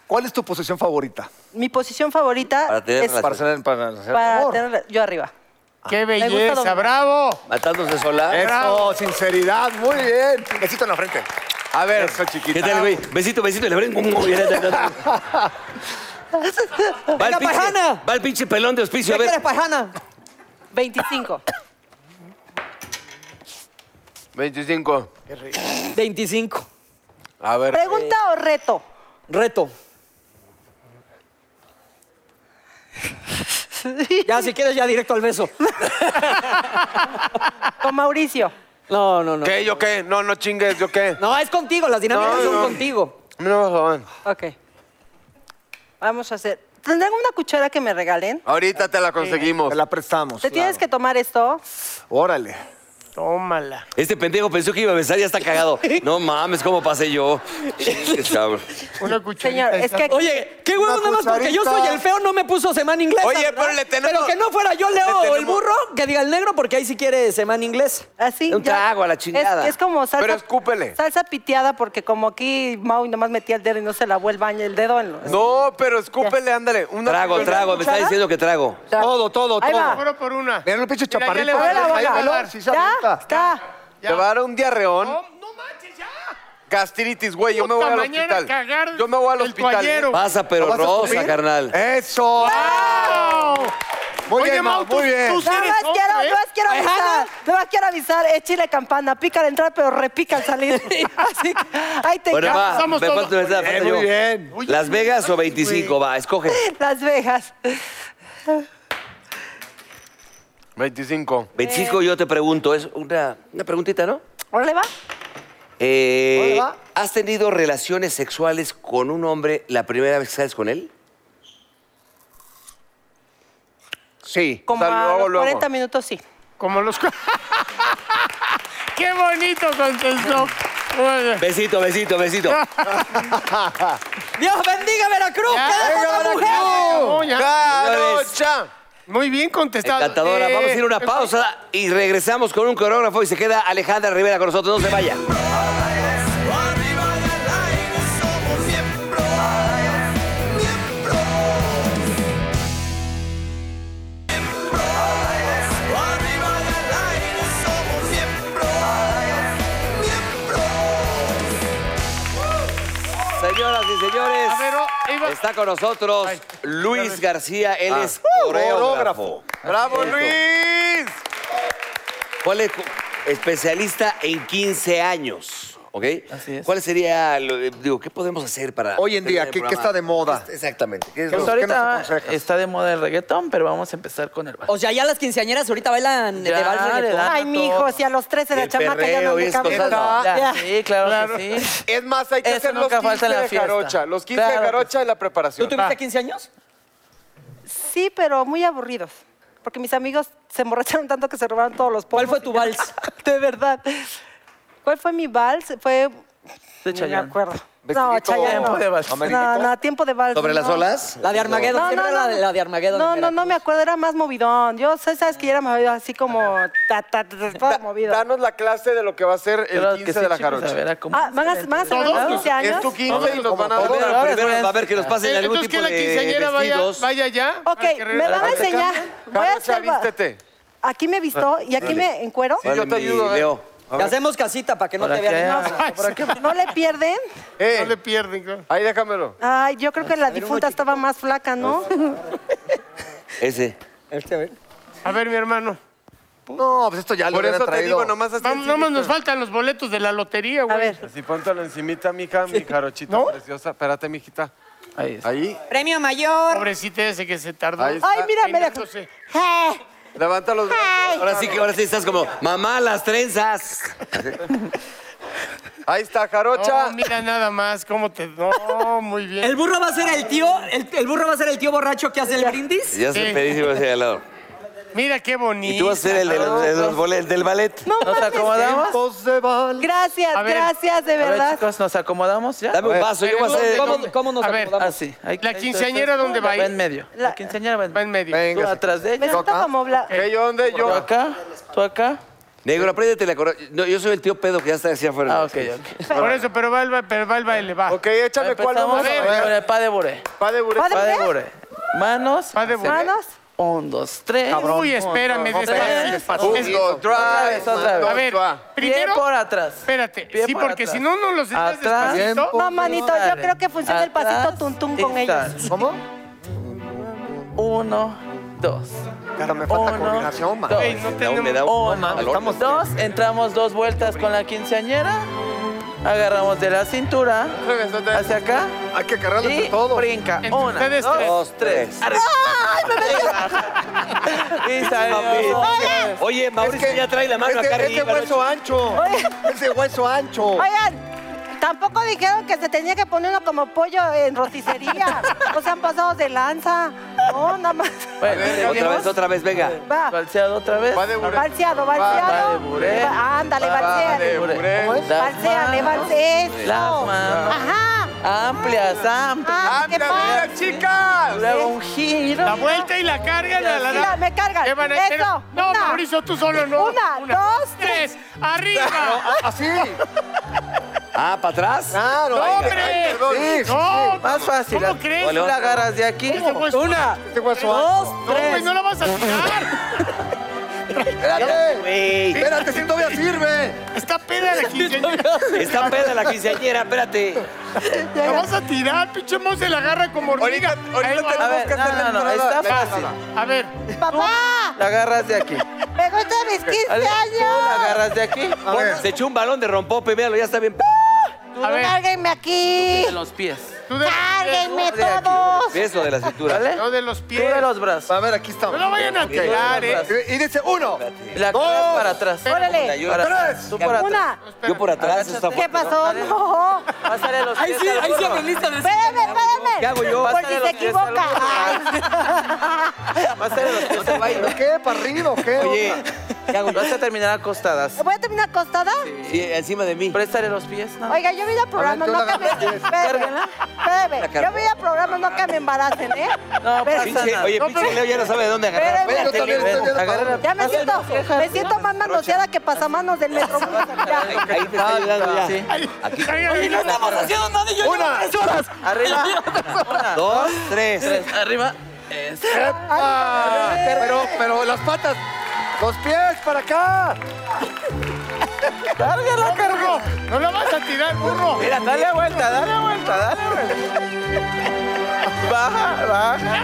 S5: ¿Cuál es tu posición favorita?
S8: Mi posición favorita
S3: Para tener
S8: es
S3: relación.
S5: Para ser, para hacer
S8: para
S5: amor.
S8: tener- yo arriba.
S4: qué
S8: gusta
S4: belleza,
S8: dominar.
S4: bravo.
S3: Matándose sola.
S5: Eso,
S4: Bravo.
S5: sinceridad, muy bien. Besito en la frente.
S6: A ver,
S3: ¿Qué tal, güey? Besito, besito, y le abren. Va el
S10: Venga,
S3: pinche,
S10: pajana.
S3: va el pinche pelón de hospicio.
S10: ¿Qué
S3: A ver,
S10: quieres, pajana?
S8: 25.
S6: 25.
S10: 25.
S6: A ver.
S8: ¿Pregunta o reto?
S10: Reto. Ya, si quieres, ya directo al beso.
S8: Con Mauricio.
S10: No, no, no.
S6: ¿Qué? ¿Yo qué? No, no chingues, ¿yo qué?
S10: No, es contigo, las dinámicas
S6: No,
S10: son
S6: no.
S10: contigo.
S6: No, joven.
S8: Ok. Vamos a hacer. ¿Tendrán una cuchara que me regalen?
S6: Ahorita te la conseguimos.
S5: Te la prestamos.
S8: Te tienes que tomar esto.
S5: Órale.
S4: Tómala.
S3: este pendejo pensó que iba a besar y ya está cagado. No mames, ¿cómo pasé yo? Chingues, cabrón.
S4: Una cucharita.
S8: Señor, es que aquí-
S10: Oye, qué huevo
S5: Una
S10: nada más porque yo soy
S5: cucharita.
S10: el feo, no me puso semana inglesa.
S6: Oye,
S10: ¿verdad?
S6: pero le tenemos-
S10: Pero que no fuera yo
S6: le
S10: Leo o el
S6: tenemos-
S10: burro, que diga el negro, porque ahí sí quiere semana inglesa.
S8: Así.
S3: Un
S8: ya-
S3: trago a la
S8: es-
S3: chingada.
S8: Es, como salsa.
S6: Pero escúpele.
S8: Salsa piteada, porque como aquí Mau nomás metía el dedo y no se lavó el baño, el dedo en los.
S6: No, pero escúpele, ándale. Una
S3: Trago, trago, me está diciendo que trago.
S5: Todo, todo,
S8: Ahí
S5: todo.
S8: va.
S4: Fuera por una.
S5: Mira el pinche
S4: Mira, ya
S5: chaparrito.
S4: le va a dar,
S5: Ahí
S4: ya le va a
S5: va,
S4: dar.
S5: sí se
S8: Ya,
S5: avienta.
S8: está.
S6: Te va a dar un diarreón.
S4: No, no manches, ya.
S6: Gastritis, güey. Yo me voy
S4: Oh. Puta,
S6: al
S4: mañana
S6: hospital.
S4: cagar
S6: yo me voy al
S4: el
S6: hospital.
S4: toallero.
S3: Pasa, pero
S5: ¿Lo vas a
S3: rosa,
S5: escupir?
S3: carnal.
S5: ¡Eso!
S4: ¡Wow!
S5: Muy
S4: Oye,
S5: bien, Mau,
S4: Mau, tú-
S5: muy bien.
S4: tú sí
S8: Nada
S4: eres
S8: más
S4: hombre,
S8: quiero,
S4: ¿eh?
S8: nada más quiero avisar, nada más quiero avisar, échale campana, pica al entrar, pero repica al salir. Así que, ahí te
S3: Bueno,
S8: encargo.
S3: va,
S4: somos
S3: me
S4: todos.
S3: falta, me falta-
S5: Muy
S3: falta
S5: bien,
S3: yo.
S5: muy bien.
S4: Oye,
S3: Las Vegas o 25, va, escoge.
S8: Las Vegas.
S6: 25.
S3: 25 yo te pregunto, es una, una preguntita, ¿no?
S8: Órale, va.
S3: Eh,
S5: Hola.
S3: ¿Has tenido relaciones sexuales con un hombre la primera vez que sales con él?
S6: Sí.
S8: Como
S6: o sea,
S8: a
S6: luego,
S8: los
S6: luego.
S8: 40 minutos, sí.
S4: Como los. cu- [LAUGHS] ¡Qué bonito contestó! Muy bien.
S3: Besito, besito, [LAUGHS] besito.
S10: Dios bendiga Veracruz,
S4: Ya,
S10: que deja
S4: venga,
S10: otra
S4: Veracruz.
S10: mujer.
S4: No, ya.
S6: ¡Jarocha!
S4: Muy bien contestado.
S3: Encantadora,
S4: Eh,
S3: vamos a ir a una pausa y regresamos con un coreógrafo y se queda Alejandra Rivera con nosotros, no se vaya.
S2: Arriba y al aire somos miembros, miembros, miembros. Arriba y al aire somos miembros, miembros.
S3: Señoras y señores,
S4: A ver, oh, ahí va.
S3: está con nosotros
S4: Ay,
S3: Luis
S4: espérame.
S3: García, él
S6: Ah.
S3: es coreógrafo.
S6: ¡Bravo,
S3: Eso.
S6: Luis!
S3: ¿Cuál es especialista en 15 años? ¿Ok?
S10: Así es.
S3: ¿Cuál sería, lo- eh, digo, qué podemos hacer para...
S5: Hoy en
S3: tener
S5: día,
S3: el
S5: ¿qué- qué
S3: programa?
S5: está de moda?
S3: Es- Exactamente. ¿Qué es
S5: ¿Qué
S3: lo-
S5: nos
S11: Pues ahorita
S5: aconsejas?
S11: está de moda el reggaetón, pero vamos a empezar con
S7: Oh,
S11: el
S10: O sea, ya las quinceañeras ahorita bailan de
S11: Ya,
S10: vals
S3: Ah,
S11: le
S10: reggaetón.
S11: dan.
S8: Ay, mijo, si a los 13 la
S3: El
S8: chamaca ya
S3: perreo
S8: no
S3: y
S8: me
S3: esas
S8: cabe.
S3: cosas, no.
S11: Ya,
S8: Ya.
S11: sí, claro, que sí.
S6: Es más, hay que
S11: Eso
S6: hacer los
S11: nunca
S6: 15
S11: falta en la
S6: de
S11: fiesta.
S6: jarocha. Los 15
S11: Claro
S6: de
S11: que
S6: jarocha y la
S10: ¿Tú
S6: preparación.
S10: tuviste 15 años?
S8: Sí, pero muy aburridos. Porque mis amigos se emborracharon tanto que se robaron todos los pomos.
S10: ¿Cuál fue tu vals?
S8: [LAUGHS] De verdad. ¿Cuál fue mi vals? Fue.
S11: De
S8: ni
S11: Chayanne.
S8: me acuerdo. No,
S5: Vestidito
S8: Chayanne.
S11: Tiempo de
S8: no.
S11: vals.
S8: No, no, tiempo de vals.
S3: ¿Sobre las
S8: no.
S3: olas?
S10: La de Armageddon,
S8: No,
S10: siempre
S8: no,
S10: la,
S8: no.
S10: de, la de Armageddon.
S8: No,
S10: de
S8: no, no me
S10: Veracruz.
S8: acuerdo, era más movidón. Yo sé, sabes que ya era movido así como ta, ta, ta, ta, todo movido.
S6: Danos la clase de lo que va a ser el
S11: Claro que
S6: 15
S11: sí,
S6: de la
S11: chicos, a
S6: jarocha.
S11: ver, ¿a cómo
S8: Ah,
S11: se
S8: ¿van a,
S11: ven?
S8: van a celebrar
S4: Todos
S8: 15
S6: Es
S8: años?
S6: tu 15 y nos van
S5: Como
S6: a dar.
S3: Primero,
S11: Ahora
S3: primero
S11: voy a-
S3: va a ver que nos pasen
S4: eh,
S3: algún
S4: Entonces,
S3: tipo
S4: que la quinceañera
S3: de
S4: vaya,
S3: vestidos.
S4: vaya ya.
S8: Ok,
S4: para que
S8: me van a
S4: regrese.
S8: enseñar. Voy a
S6: Jarocha,
S8: hacer. va-
S6: vístete.
S8: Aquí me visto y aquí me encuero.
S6: Sí, yo
S3: Órale,
S6: te
S3: mi
S6: ayudo, a ver.
S3: Leo.
S10: Te hacemos casita para que no
S11: ¿Para
S10: te vean.
S11: qué?
S10: ni nada.
S4: Ay,
S8: No le pierden.
S6: Eh,
S4: No le pierden, claro.
S6: ahí déjamelo.
S8: Ay, yo creo que la difunta estaba más flaca, ¿no?
S11: Pues,
S3: Ese.
S10: Este, a ver.
S4: A ver, mi hermano.
S5: No, pues esto ya lo
S6: Por
S5: hubiera
S6: eso te
S5: traído.
S6: digo, nomás así.
S4: Vamos, nomás nos faltan los boletos de la lotería,
S8: A
S4: güey.
S8: ver,
S6: Así póntalo encimita, mija, mi jarochita
S4: ¿No?
S6: preciosa. Espérate, mijita.
S11: Ahí está.
S6: Ahí.
S10: Premio mayor.
S4: Pobrecito ese que se tardó.
S6: Ahí está.
S8: Ay, mira, me dejó.
S4: Peinándose.
S8: Ah,
S6: Levanta los brazos.
S12: Ahora sí que ahora sí estás como, mamá, las trenzas.
S6: Ahí está, Jarocha.
S4: No, mira nada más cómo te... No, muy bien.
S10: ¿El burro va a ser el tío? ¿El, el burro va a ser el tío borracho que hace el brindis?
S3: Ya se pedísimo hacia el lado.
S4: Mira qué bonito.
S3: Y tú vas a ser el, de los- de los bole- del ballet.
S8: No
S11: ¿Nos
S8: mames.
S11: acomodamos?
S8: [LAUGHS] Gracias,
S4: A ver.
S8: gracias, de
S11: A ver,
S8: verdad.
S11: chicos, ¿nos acomodamos ya?
S3: Dame un paso, yo voy a ser.
S10: ¿Cómo, cómo nos
S4: A ver,
S10: acomodamos?
S11: Así. ah, Ahí-
S4: ¿La
S11: ahí-
S4: quinceañera
S11: ahí-
S4: dónde va a ir?
S11: Va en medio. La,
S8: La-
S11: quinceañera va en
S4: Va
S11: medio.
S4: en medio.
S11: Tú
S6: Venga.
S11: atrás de
S8: Me
S11: ella.
S8: siento como bla-
S6: ¿Qué yo dónde
S11: Tú
S6: yo?
S11: acá, tú acá.
S3: Negro, apréndete la corona. No, yo soy el tío pedo que ya está hacia afuera.
S11: Ah, ok, ok.
S4: Por eso, pero va el, ba- pero va el baile, va.
S6: Ok, échame cuál
S11: Empezamos
S6: vamos a
S11: con
S6: ver.
S11: el pa de bure.
S6: Pa de buré.
S8: Pa
S11: Pa de
S8: bure?
S11: bure. Manos.
S4: Va de vuelta.
S8: Manos.
S11: Un, dos, tres.
S4: Uy, espérame,
S11: Un, dos, tres.
S4: despacito.
S11: Un,
S4: Eso.
S6: Uno, drive.
S11: vez, otra vez.
S4: A ver,
S11: Pie
S4: primero...
S11: por atrás.
S4: Espérate,
S11: Pie
S4: sí,
S11: por
S4: porque
S11: atrás.
S4: si no, no los estás
S11: Atrás.
S4: despacito.
S8: No, manito, yo
S11: Dale.
S8: creo que funciona el pasito
S11: Atrás.
S8: tuntún con
S11: Estás.
S8: ellos.
S5: ¿Cómo?
S11: Uno, dos.
S5: Cara, me falta
S11: Uno,
S5: coordinación, man.
S11: dos.
S4: Ey, no
S3: No, me
S4: tenemos...
S3: da un
S11: Uno,
S3: calor.
S11: dos, entramos dos vueltas con la quinceañera, agarramos de la cintura
S6: Regresate.
S11: hacia acá
S5: Hay que cargarles
S11: y
S5: de todo.
S11: brinca.
S4: Entre
S11: Una,
S4: ustedes tres.
S11: dos,
S3: Dos, tres.
S11: [LAUGHS] y salió.
S12: Oye, Mauricio ya trae la mano
S5: Este,
S12: acá
S5: este
S12: arriba.
S5: hueso ancho. Ese hueso ancho.
S8: Oigan, tampoco dijeron que se tenía que poner uno como pollo en
S11: [LAUGHS]
S8: roticería. No se han pasado de lanza. No, nada más.
S11: Bueno,
S3: Otra
S11: seguimos.
S3: vez, otra vez, venga.
S8: Va.
S11: Balseado otra vez.
S6: Pa de buré.
S8: Balseado,
S11: Va de
S8: balseado.
S11: buré.
S8: Va- Ándale,
S11: Va de
S8: balseale.
S11: buré.
S6: ¿Cómo es?
S11: Las
S8: Balseale,
S11: manos.
S8: balseale.
S11: Las
S8: Eso.
S11: manos.
S8: Ajá.
S11: Amplias, amplias.
S8: Ah, ¿qué
S6: ¡Ándale,
S8: pasa?
S6: mira, chicas!
S11: Luego un giro.
S4: La vuelta y la cargan a la...
S8: Mira, me cargan.
S4: ¿Qué van a hacer?
S8: Eso.
S4: No,
S8: Una.
S4: Mauricio, tú solo no.
S8: Una, dos,
S4: tres. ¡Arriba!
S5: Así.
S3: Ah, ¿para atrás?
S5: Claro.
S4: ¡No,
S5: Ay,
S4: hombre!
S5: perdón. Sí, sí,
S4: ¡No!
S11: Más fácil.
S4: ¿Cómo crees?
S11: Tú la agarras de aquí.
S4: Una,
S5: Este hueso ancho.
S4: no, güey, no la vas a tirar.
S5: Espérate.
S12: Güey.
S5: Espérate, si todavía sirve.
S4: Está peda la quinceañera.
S12: Está peda la quinceañera, espérate.
S4: La vas a tirar, pinche Mon se la agarra como hormiga.
S6: Ahorita,
S4: Ahí
S6: ahorita
S4: va.
S11: A
S6: tenemos
S11: ver,
S6: que
S11: no,
S6: hacer la
S11: no, no,
S6: entrada.
S11: está
S6: La
S11: fácil.
S6: entrada.
S4: A ver,
S8: Papá,
S11: La agarras de aquí.
S8: me gustan mis 15
S11: Ale, Tú la
S8: años.
S11: agarras de aquí.
S5: A ver.
S12: Se echó un balón de rompope, véalo, ya está bien.
S4: a ver.
S8: Cárguenme aquí.
S11: De los pies.
S4: Tú de,
S8: Cárguenme
S11: de aquí.
S8: todos.
S3: Eso de la cintura.
S11: ¿Vale?
S4: no de los
S11: Tú de
S4: pies.
S11: los brazos.
S5: A ver, aquí
S4: No
S5: estamos.
S4: la vayan a tirar, eh.
S5: Y y dice uno.
S11: La cargas para atrás.
S8: Órale.
S11: Para
S5: Tres.
S11: Tú para atrás.
S8: Una.
S3: Yo por atrás, está
S8: ¿Qué pasó? No.
S11: Pásale los
S10: Ahí
S11: pies
S10: sí,
S11: al
S10: ahí sí,
S11: burro.
S10: Amelita. de-
S8: Espérame, espérame.
S11: ¿Qué hago yo?
S8: Por
S11: Pásale
S8: Pues si
S11: los
S8: se
S11: pies al
S8: equivoca.
S11: [LAUGHS] Pásale los pies al baile.
S5: ¿Pero qué? ¿Para arriba o qué?
S11: Oye, vas a terminar acostadas.
S8: Ay, ¿Voy a terminar acostada?
S3: Sí, encima de mí.
S11: Préstale los pies. ¿no?
S8: Oiga, yo vine al programa,
S5: tú
S8: no
S5: la
S8: que me...
S5: agarras.
S8: Espérame, espérame. Yo vine al programa, no que me embaracen, ¿eh?
S11: No,
S8: Pero-
S11: pasa nada.
S12: Oye, pinche Leo ya no sabe de dónde agarrar.
S8: Espérame.
S5: Yo
S11: Ven,
S5: también estoy viendo para
S11: agarra
S5: arriba.
S11: la-
S8: Ya me
S11: pásale
S8: siento,
S11: las cejas.
S8: me siento más manoseada que pasamanos del metro. Ya.
S3: Ahí te está ayudando ya.
S11: Sí.
S4: Oye, no
S10: Estamos haciendo nada y yo llevo
S5: Una.
S10: tres horas.
S3: [LAUGHS]
S11: Arriba. Una, dos,
S3: Dos, tres.
S11: tres. Arriba. Eso.
S5: Ah, Pero, pero las patas. Los pies para acá.
S4: la cargó. No la vas a tirar, burro.
S11: Mira, dale vuelta, dale vuelta, dale vuelta. Baja, baja.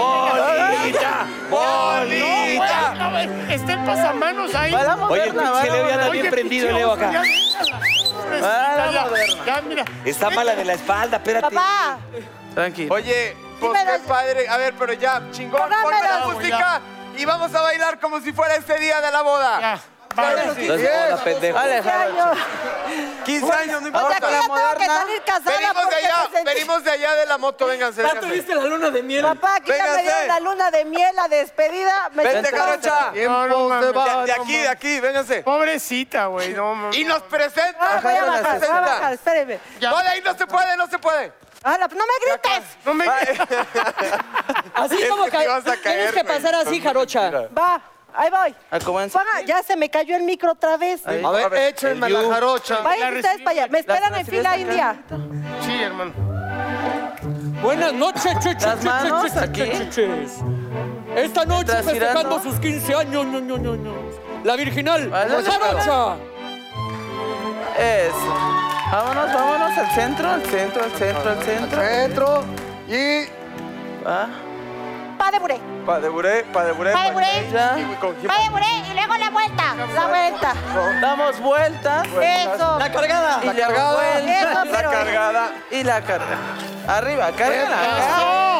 S12: ¡Bolita! ¡Bolita!
S4: No, güey, no, está el pasamanos ahí.
S11: Va la
S12: Oye, el
S11: moderna, va
S12: pinche Leo
S11: la
S12: ya
S11: moderna.
S12: anda bien prendido,
S4: pinche
S12: Leo
S4: oso,
S12: acá.
S4: Ya,
S11: Ah, la
S4: Ya,
S11: moderna.
S4: ya, mira.
S12: Está mala de la espalda, espérate.
S8: Papá,
S11: Tranquilo.
S6: Oye, pues
S8: Dímelo.
S6: qué padre. A ver, pero ya, chingón,
S8: Dámelo.
S6: ponme la
S8: Ya,
S6: música y vamos a bailar como si fuera este día de la boda.
S4: Ya, vale.
S3: No es boda, pendejo.
S11: Vale,
S8: ¿qué
S11: Jarocho.
S8: año?
S6: 15 años, no
S8: O sea,
S6: importa.
S8: que ya tengo que
S11: moderna.
S8: salir casada
S6: Venimos de
S8: porque pues,
S6: allá,
S8: me sentí-
S6: venimos de allá de la moto, vénganse,
S10: Ya
S6: vénganse.
S10: tuviste la luna de miel.
S8: Papá, aquí ya me
S6: Véngase.
S8: dieron la luna de miel, la despedida. Me
S6: Vente,
S8: siento-
S6: Jarocha.
S4: No, no, mames.
S6: De, de aquí, de aquí, vénganse.
S4: Pobrecita, güey. No, mames.
S6: Y nos
S8: Ah,
S6: presenta.
S8: voy
S11: Jarocha,
S8: a bajar, voy a
S6: presenta.
S8: bajar, espéreme.
S4: Ya.
S6: No, de ahí no se puede, no se puede.
S8: Ahora, no me grites.
S4: No me...
S10: Así
S6: Es
S10: como
S6: que te
S10: cae-
S6: ibas a
S10: Tienes
S6: caer,
S10: que
S6: güey.
S10: pasar así, jarocha.
S8: Va, ahí voy.
S11: Ah, ¿cómo es?
S8: Ponga- ya se me cayó el micro otra vez.
S11: Ahí.
S5: A ver,
S3: eh,
S5: échenme la jarocha.
S4: La
S8: Vayan ustedes
S4: recibí.
S8: para allá. Me esperan
S11: Las
S8: en fila
S11: recibes
S8: india.
S11: acá.
S4: Sí, hermano.
S10: Buenas noches, che, che,
S11: Las
S10: che,
S11: manos
S10: che, che,
S11: aquí.
S10: che, che, che. Esta noche
S11: Mientras
S10: festejando
S11: girando.
S10: sus 15 años, no, no, no, no. La virginal,
S11: Vale.
S10: jarocha.
S11: Eso. Vámonos, vámonos al centro, al centro, al centro, al centro.
S5: Centro. Y
S11: Va.
S8: Pa de buré.
S6: Pa de buré, pa de buré.
S8: Pa de buré.
S11: Ya.
S6: Con
S8: Pa de buré y luego la vuelta. La vuelta.
S11: Damos vueltas.
S8: Eso.
S10: La cargada.
S11: Y la
S8: Eso,
S11: vuelta.
S8: pero-
S6: cargada.
S11: Y la carga. Arriba, carga.
S4: ¡No!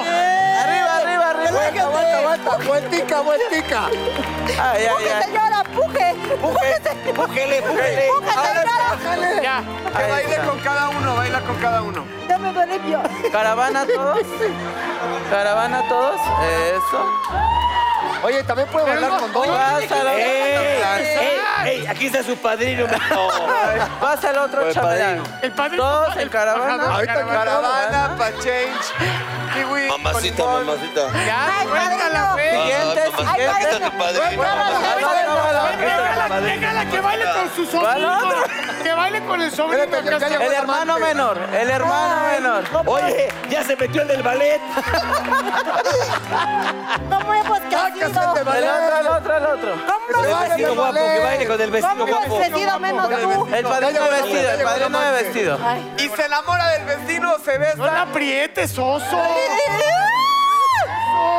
S11: Arriba, arriba, arriba.
S13: Aguanta, aguanta, aguanta.
S5: Vueltica, vueltica.
S13: Ay, ay, ay.
S8: señora, puje. Pújese.
S13: Pújele, pújele.
S8: señora.
S13: Ya.
S14: Que
S13: Ahí
S14: baile
S13: está.
S14: con cada uno, baila con cada uno.
S8: Ya me duele yo.
S6: ¿Caravana todos? ¿Caravana todos? Eso.
S5: Oye, también puede bailar con dos.
S6: Pásalo.
S15: ¡Ey! ¡Ey! ¡Ey! Aquí está su padrino, mijo.
S6: Pasa el otro chamelán.
S4: El padre.
S6: Todos en caravana.
S5: Ahorita en
S14: Caravana, pa' change. Kiwi,
S2: Mamacita,
S14: con limón.
S2: mamacita.
S4: Ya,
S8: Ay,
S4: suéltala,
S8: padrino.
S4: güey.
S2: Ah, mamacita,
S8: Ay,
S2: tu padrino.
S4: Déjala, déjala que baile con su sobrino. Que baile con el sobrino.
S5: Espérate,
S4: que
S5: ya, ya,
S4: hasta-
S6: El hermano menor. El hermano menor.
S15: Oye, ya se metió el del ballet.
S8: ¿Cómo hemos crecido?
S5: Sácate,
S6: El
S5: vale.
S6: otro, el otro, el otro.
S8: ¿Cómo
S15: El
S8: hemos
S15: vecino guapo, que baile con el
S8: ¿Cómo
S15: vecino
S8: hemos
S15: guapo.
S8: crecido menos tú?
S6: El padrino
S5: llegó el hombre,
S6: vestido,
S5: ya llegó
S6: el
S5: el
S6: padrino de
S5: hombre.
S6: vestido.
S8: Ay.
S14: Y se enamora del vecino, se besa.
S4: No la aprietes, oso.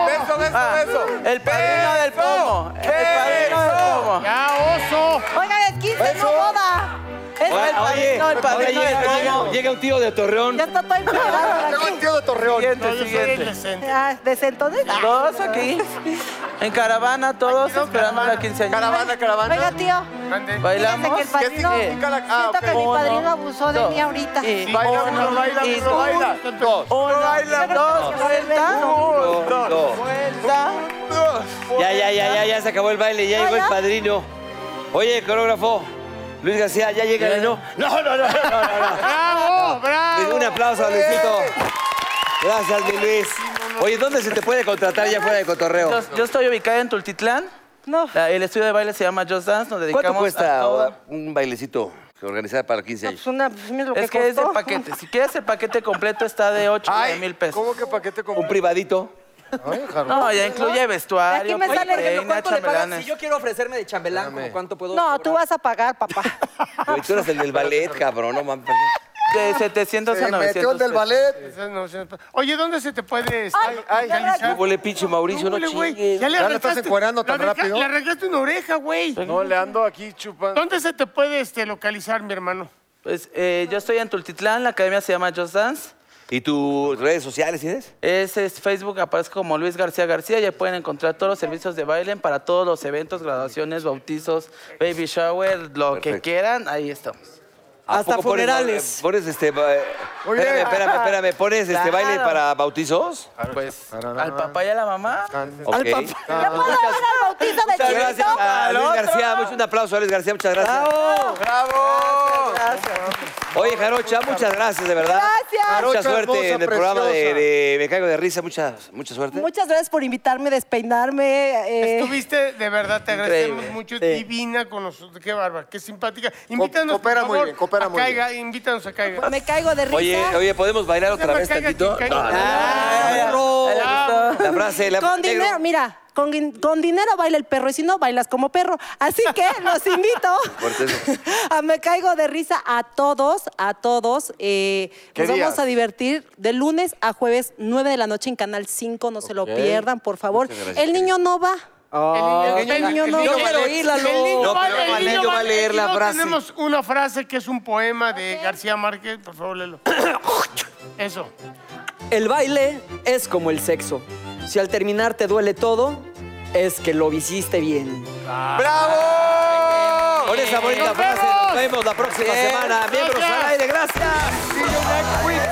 S14: Beso, beso,
S6: Ah,
S14: beso.
S6: el padrino del pomo. El padrino del pomo.
S4: Ya, oso.
S8: Oigan, el 15 no boda.
S6: Es el
S15: Oye,
S6: padrino, el
S15: oye,
S6: padrino del
S15: llega,
S6: pomo.
S15: llega- llega un tío de Torreón.
S8: Ya está todo encuadrado
S5: Tengo
S8: aquí.
S5: el tío de Torreón.
S4: No, yo
S6: Siguiente,
S4: soy el
S6: siguiente.
S4: decente.
S8: Ah, desde entonces.
S6: Todos aquí. En caravana, todos
S4: Tranquilos,
S6: esperando
S4: caravana.
S6: la quinceañera.
S14: Caravana, caravana.
S8: Oiga, tío. Fíjate
S6: Bailamos.
S8: que el padrino.
S14: significa la- ah,
S8: Siento que
S6: ok.
S8: mi
S6: Uno,
S8: padrino abusó de
S6: dos.
S8: mí ahorita.
S6: Y
S14: Baila,
S6: uno,
S14: uno, baila,
S6: y
S14: uno, baila. Dos.
S6: uno,
S14: baila,
S6: dos,
S8: dos,
S6: vuelta,
S14: Uno,
S15: No, no.
S6: vuelta.
S15: Ya, ya, ya, ya, ya se acabó el baile, ya
S8: Ah,
S15: llegó el
S8: ya.
S15: padrino. Oye, coreógrafo, Luis García, ya llega, ¿no? No, no, no, no, no, no.
S4: Bravo, bravo.
S15: Un aplauso a Luisito. Gracias, mi Luis. Oye, ¿dónde se te puede contratar ya fuera de cotorreo?
S6: Yo, yo estoy ubicada en Tultitlán.
S15: No.
S6: La- el estudio de baile se llama Just Dance. Nos dedicamos
S3: ¿Cuánto
S6: a
S3: cuesta
S6: todo.
S3: Oda, un bailecito que organizar para 15 años?
S7: Una, pues, mira lo
S6: Es que es de paquete. Si quieres el paquete completo está de 8 a
S14: Ay,
S6: mil pesos.
S14: ¿Cómo que paquete con
S15: Un privadito.
S6: No, Ah, ya incluye
S7: De
S6: vestuario.
S7: aquí me sale
S6: peina,
S7: cuánto le pagan.
S6: chambelanes.
S7: Si yo quiero ofrecerme de chambelán, ¿cómo ¿cuánto puedo?
S8: No, tú vas a pagar, papá.
S3: Güey, Tú eres el del ballet, cabrón, no mames.
S6: De 700 a
S5: Se
S6: 900.
S5: metió el del
S6: pesos.
S5: ballet.
S4: Esas no se- Oye, ¿dónde se te puede este,
S8: Ay, ay,
S4: localizar?
S8: ay.
S3: Huele pinche Mauricio, no
S4: Híjole, güey,
S3: chingues.
S4: Ya le
S5: Ya la
S4: arrancaste-
S5: estás encuerando tan
S4: le arranca-
S5: rápido.
S4: Le arrancaste una oreja, güey.
S14: No, le ando aquí chupando.
S4: ¿Dónde se te puede este, localizar, mi hermano?
S6: Pues eh, yo estoy en Tultitlán, la academia se llama Just Dance.
S3: ¿Y tus redes sociales tienes?
S6: Es, es Facebook, aparece como Luis García García. Ya pueden encontrar todos los servicios de baile para todos los eventos, graduaciones, bautizos, baby shower, lo que
S3: Perfecto.
S6: quieran. Ahí estamos.
S3: ¿A
S7: Hasta
S3: poco pones-
S7: funerales.
S3: Pones, este. ba- Espérame, espérame, espérame. ¿Pones este
S6: Claro.
S3: baile para bautizos?
S6: Pues al papá y a la mamá.
S3: Ah, Ok. Ah,
S8: ¿Yo puedo ver al bautizo de
S3: Muchas
S8: chiquito?
S3: gracias a Luis García. Mucho un aplauso a Luis García. Muchas gracias.
S14: ¡Bravo!
S3: Oye, Jarocha, muchas gracias, de verdad.
S8: Gracias.
S3: Mucha
S5: Jarocha
S3: suerte
S5: hermosa,
S3: en el programa de,
S5: preciosa.
S3: de Me Caigo de Risa. Mucha, mucha suerte.
S8: Muchas gracias por invitarme, despeinarme. eh.
S4: Estuviste, de verdad, te agradecemos
S6: Increíble,
S4: mucho.
S6: sí.
S4: Divina con nosotros. Qué bárbara, qué simpática. Invítanos,
S5: coopera
S4: por
S5: muy
S4: favor,
S5: bien, coopera
S4: a
S5: muy bien.
S4: Caiga, Invítanos a Caiga.
S8: Me caigo de risa.
S3: Oye, oye, ¿podemos bailar otra
S4: Se me
S3: vez
S4: caiga
S3: tantito?
S4: quien caiga.
S3: No, no, no, no. La frase, la
S8: con
S3: negro.
S8: dinero, mira, con, guin- con dinero baila el perro y si no, bailas como perro. Así que los
S3: [LAUGHS]
S8: invito.
S3: fuerte eso.
S8: [LAUGHS] a Ah, me caigo de risa a todos, a todos. eh,
S14: ¿Qué
S8: nos vamos
S14: días?
S8: a divertir de lunes a jueves, 9 de la noche en Canal 5. No se lo pierdan, por favor. El niño no va. el niño no. Yo quiero
S4: ir,
S8: oírla,
S4: El niño
S3: No,
S4: va,
S3: pero
S4: el
S3: Valerio
S4: niño
S3: va a leer la
S4: no,
S3: frase.
S4: Tenemos una frase que es un poema de García Márquez. Por favor, léelo. Eso.
S7: El baile es como el sexo. Si al terminar te duele todo, es que lo hiciste bien.
S14: ¡Bravo!
S3: Con esa bonita
S4: Nos
S3: frase nos
S4: vemos.
S3: vemos la próxima semana. Miembros
S4: Gracias.
S3: al aire, gracias.
S14: See you next week.
S2: Oh,